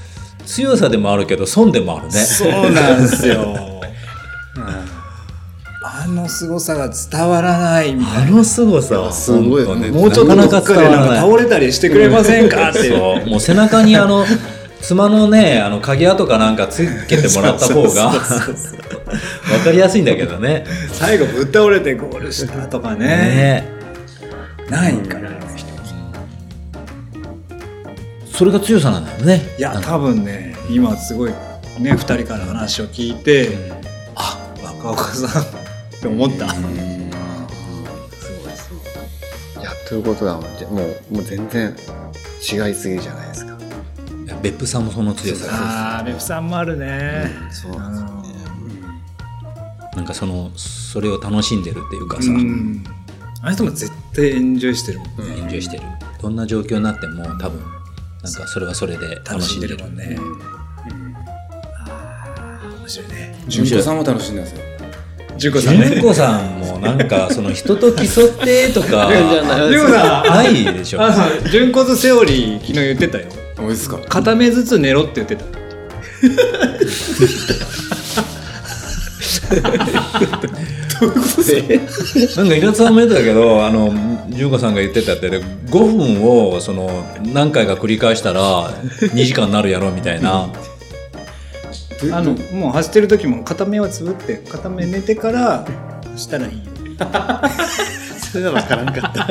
Speaker 1: 強さでもあるけど損でもあるね
Speaker 2: そうなんですよ、あの凄さが伝わらないみたい
Speaker 1: あの凄さは
Speaker 3: すごい
Speaker 1: 本当ね
Speaker 2: なもうちょっとど
Speaker 1: な
Speaker 2: っ
Speaker 1: か
Speaker 2: か
Speaker 1: なか
Speaker 2: で
Speaker 1: 伝わ
Speaker 2: なん
Speaker 1: らな
Speaker 2: か
Speaker 1: い
Speaker 2: 倒れたりしてくれませんかっていう
Speaker 1: そうもう背中にあの妻のねあの鍵跡かなんかつけてもらった方がわかりやすいんだけどね。
Speaker 2: 最後ぶっ倒れてゴールしたとかね
Speaker 1: ね
Speaker 2: ないから、い
Speaker 1: それが強さなんだよね。
Speaker 2: や多分ね今すごいね2人から話を聞いて、あ若岡さんって思った、
Speaker 3: いやということだもんじゃもうもう全然違いすぎるじゃないですか
Speaker 1: 別府さんもその強さ。
Speaker 2: ああレフさんもあるね、
Speaker 3: そうなんですよね
Speaker 1: なんかそのそれを楽しんでるっていうか
Speaker 2: う
Speaker 1: さ、
Speaker 2: んあの人も絶対エンジョイしてるもんね、
Speaker 1: エンジョイしてる。どんな状況になっても多分なんかそれはそれで楽
Speaker 2: 楽し
Speaker 1: し
Speaker 2: ん
Speaker 1: ん
Speaker 2: で
Speaker 1: で
Speaker 2: る
Speaker 1: る。
Speaker 2: もんね、あー面白いね
Speaker 4: 純子さんも楽しんでますよ
Speaker 2: 純子さんね
Speaker 1: 純子さんもなんかその人と競ってと か
Speaker 2: 純子さん
Speaker 1: ないでしょ。
Speaker 2: あの純子図セオリー昨日言ってたよ
Speaker 4: あですか
Speaker 2: 片目ずつ寝ろって言ってた
Speaker 1: なんかイラつはめてたけど、あの、純子さんが言ってたって、で5分を、その、何回か繰り返したら、2時間になるやろ、みたいな。
Speaker 2: あのもう走ってる時も片目はつぶって片目寝てから走ったらいいよ
Speaker 3: それは分からんかった。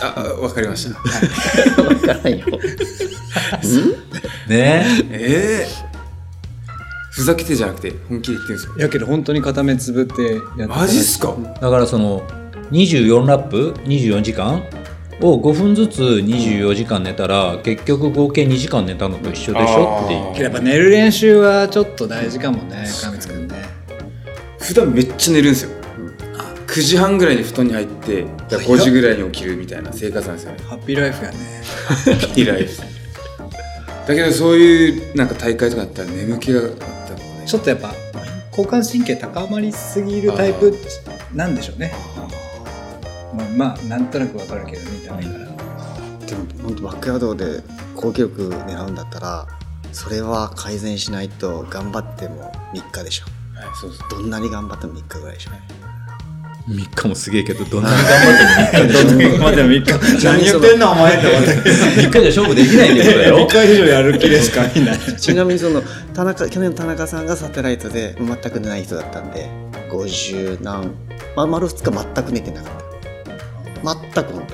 Speaker 4: ああわかりました
Speaker 3: 分からんよ。
Speaker 1: ね
Speaker 4: ええふざけてじゃなくて本気で言ってるんですよ
Speaker 2: やけど本当に片目つぶってやってた
Speaker 4: マジっすか
Speaker 1: だからその24ラップ24時間を5分ずつ24時間寝たら結局合計2時間寝たのと一緒でしょっていう
Speaker 4: あー
Speaker 2: やっぱ寝る練習はちょっと大事かもね神津君ね
Speaker 4: 普段めっちゃ寝るんですよ9時半ぐらいに布団に入ってだから5時ぐらいに起きるみたいな生活なんですよね
Speaker 2: ハッピーライフやね
Speaker 4: 以来だけどそういうなんか大会とかだったら眠気があったのね
Speaker 2: ちょっとやっぱ交感神経高まりすぎるタイプなんでしょうねまあ、まあ、なんとなくわかるけど見た目から
Speaker 3: でも本当バックヤードで高記録狙うんだったらそれは改善しないと頑張っても3日でしょ
Speaker 4: はいそうそう
Speaker 3: どんなに頑張っても3日ぐらいでしょ
Speaker 1: 3日もすげえけどどんなに頑張っても3日で
Speaker 2: でも3日
Speaker 6: 何言ってんのお前って思って
Speaker 1: 3日じゃ勝負できないってことだよ
Speaker 6: 1回以上やる気ですかみんな
Speaker 3: ちなみにその田中去年の田中さんがサテライトで全く寝ない人だったんで50何、ま、丸2日全く寝てなかった全く本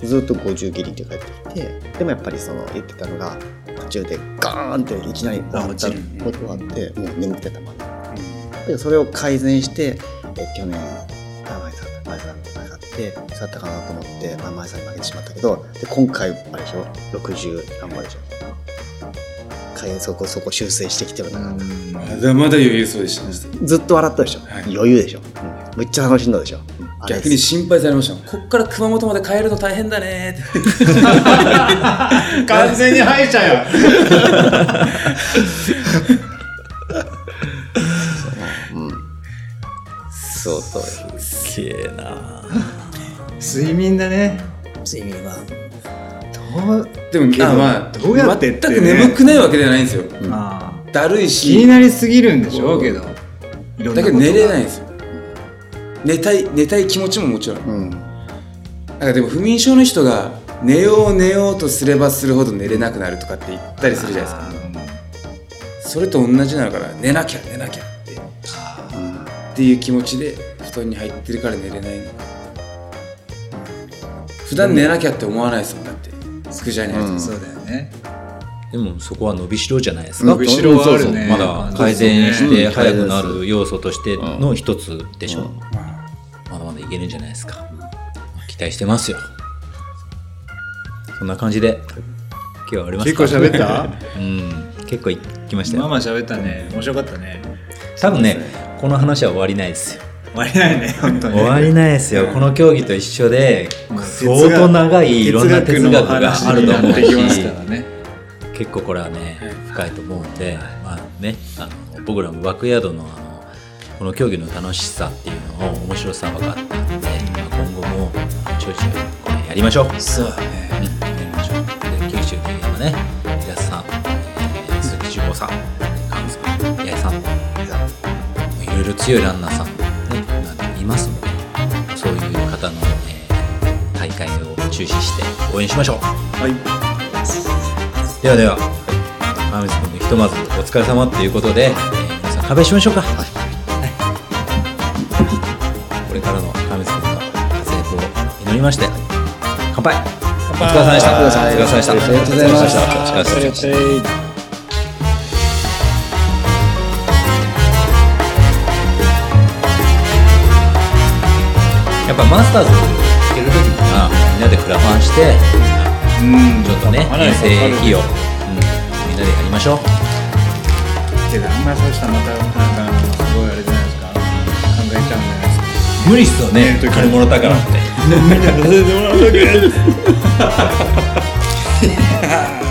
Speaker 3: 当ずっと50ギリって帰ってきてでもやっぱりその言ってたのが途中でガーンっていきなり終わったことがあってもう眠ってたまんないでそれを改善してえ去年あ前さん前さん前さんってそうだったかなと思って、まあ、前さんに負けてしまったけどで今回あれでしょ60何倍でしょ改善そこそこ修正してきてるな、
Speaker 4: まだまだ余裕そうでしたね
Speaker 3: ずっと笑ったでしょ、
Speaker 4: はい
Speaker 3: 余裕でしょ、うんめっちゃ楽しんだでしょ、あれ
Speaker 4: 逆に心配されましたもんこっから熊本まで帰るの大変だねーって
Speaker 6: 完全に敗者よ
Speaker 3: そうそう
Speaker 1: すげえな
Speaker 2: 睡眠だね
Speaker 3: 睡眠は
Speaker 2: どう
Speaker 4: でもあまあ
Speaker 2: どうやってってね
Speaker 4: 全く眠くないわけじゃないんですよ
Speaker 2: ああ
Speaker 4: だるいし
Speaker 2: 気になりすぎるんでしょうけどいろん
Speaker 4: だ
Speaker 2: な
Speaker 4: けど
Speaker 2: ことが
Speaker 4: 寝れないんですよ寝たい寝たい気持ちももちろんなん
Speaker 3: うん
Speaker 4: かでも不眠症の人が寝よう寝ようとすればするほど寝れなくなるとかって言ったりするじゃないですかそれと同じなのかな寝なきゃ寝なきゃってっていう気持ちで布団に入ってるから寝れないの普段寝なきゃって思わないですもんだってスクジャにあると、
Speaker 2: そうだよね
Speaker 1: でもそこは伸びしろじゃないですか
Speaker 3: 伸びしろはあるね
Speaker 1: まだ改善して
Speaker 3: そうそう
Speaker 1: 速くなる要素としての一つでしょ、
Speaker 3: うん
Speaker 1: まだまだいけるんじゃないですか期待してますよそんな感じで今日は終わります
Speaker 6: 結
Speaker 1: か
Speaker 6: 構喋った
Speaker 1: うん結構いきました
Speaker 2: まあ
Speaker 1: よ
Speaker 2: まあ喋ったね面白かったね
Speaker 1: 多分ねこの話は終わりないですよ
Speaker 2: 終わりないね本当に
Speaker 1: 終わりないですよこの競技と一緒で
Speaker 2: 哲
Speaker 1: 相
Speaker 2: 学
Speaker 1: 当長いいろんな哲学が
Speaker 2: の話
Speaker 1: あると思う
Speaker 2: になってきます
Speaker 1: し
Speaker 2: からね
Speaker 1: 結構これはね深いと思うんで、まあね、あの僕らもバックヤードのあのこの競技の楽しさっていうのを面白さ分かったんで、まあ、今後もちょいちょいこれやりましょう。
Speaker 2: そうだね
Speaker 1: うん、やりましょう。で九州といえばね平田さん、えー鈴木志望さん神津君八重さんいろいろ強いランナーさん、ね、なんかいますのでそういう方の、えー大会を注視して応援しましょう。
Speaker 2: はい
Speaker 1: ではでは、マムス君ひとまずお疲れ様っていうことで、えー皆さん壁しましょうか。はいこれからのマムス君の活躍を祈りまして、乾杯。お疲れ様でした。お疲れ様でした。お疲れ様でした。お疲れ様でした。お疲れ様でした。やっぱマスターズ行けるときにはみんなでクラファンして、ちょっとね遠征費用、うん、みんなでやりましょう
Speaker 2: けどあんまりそうしたらまたなんかすごいあれじゃないですか考えちゃうんじゃないですか
Speaker 1: 無理っすよね金もらったからって
Speaker 2: みんな乗せてもらうだけ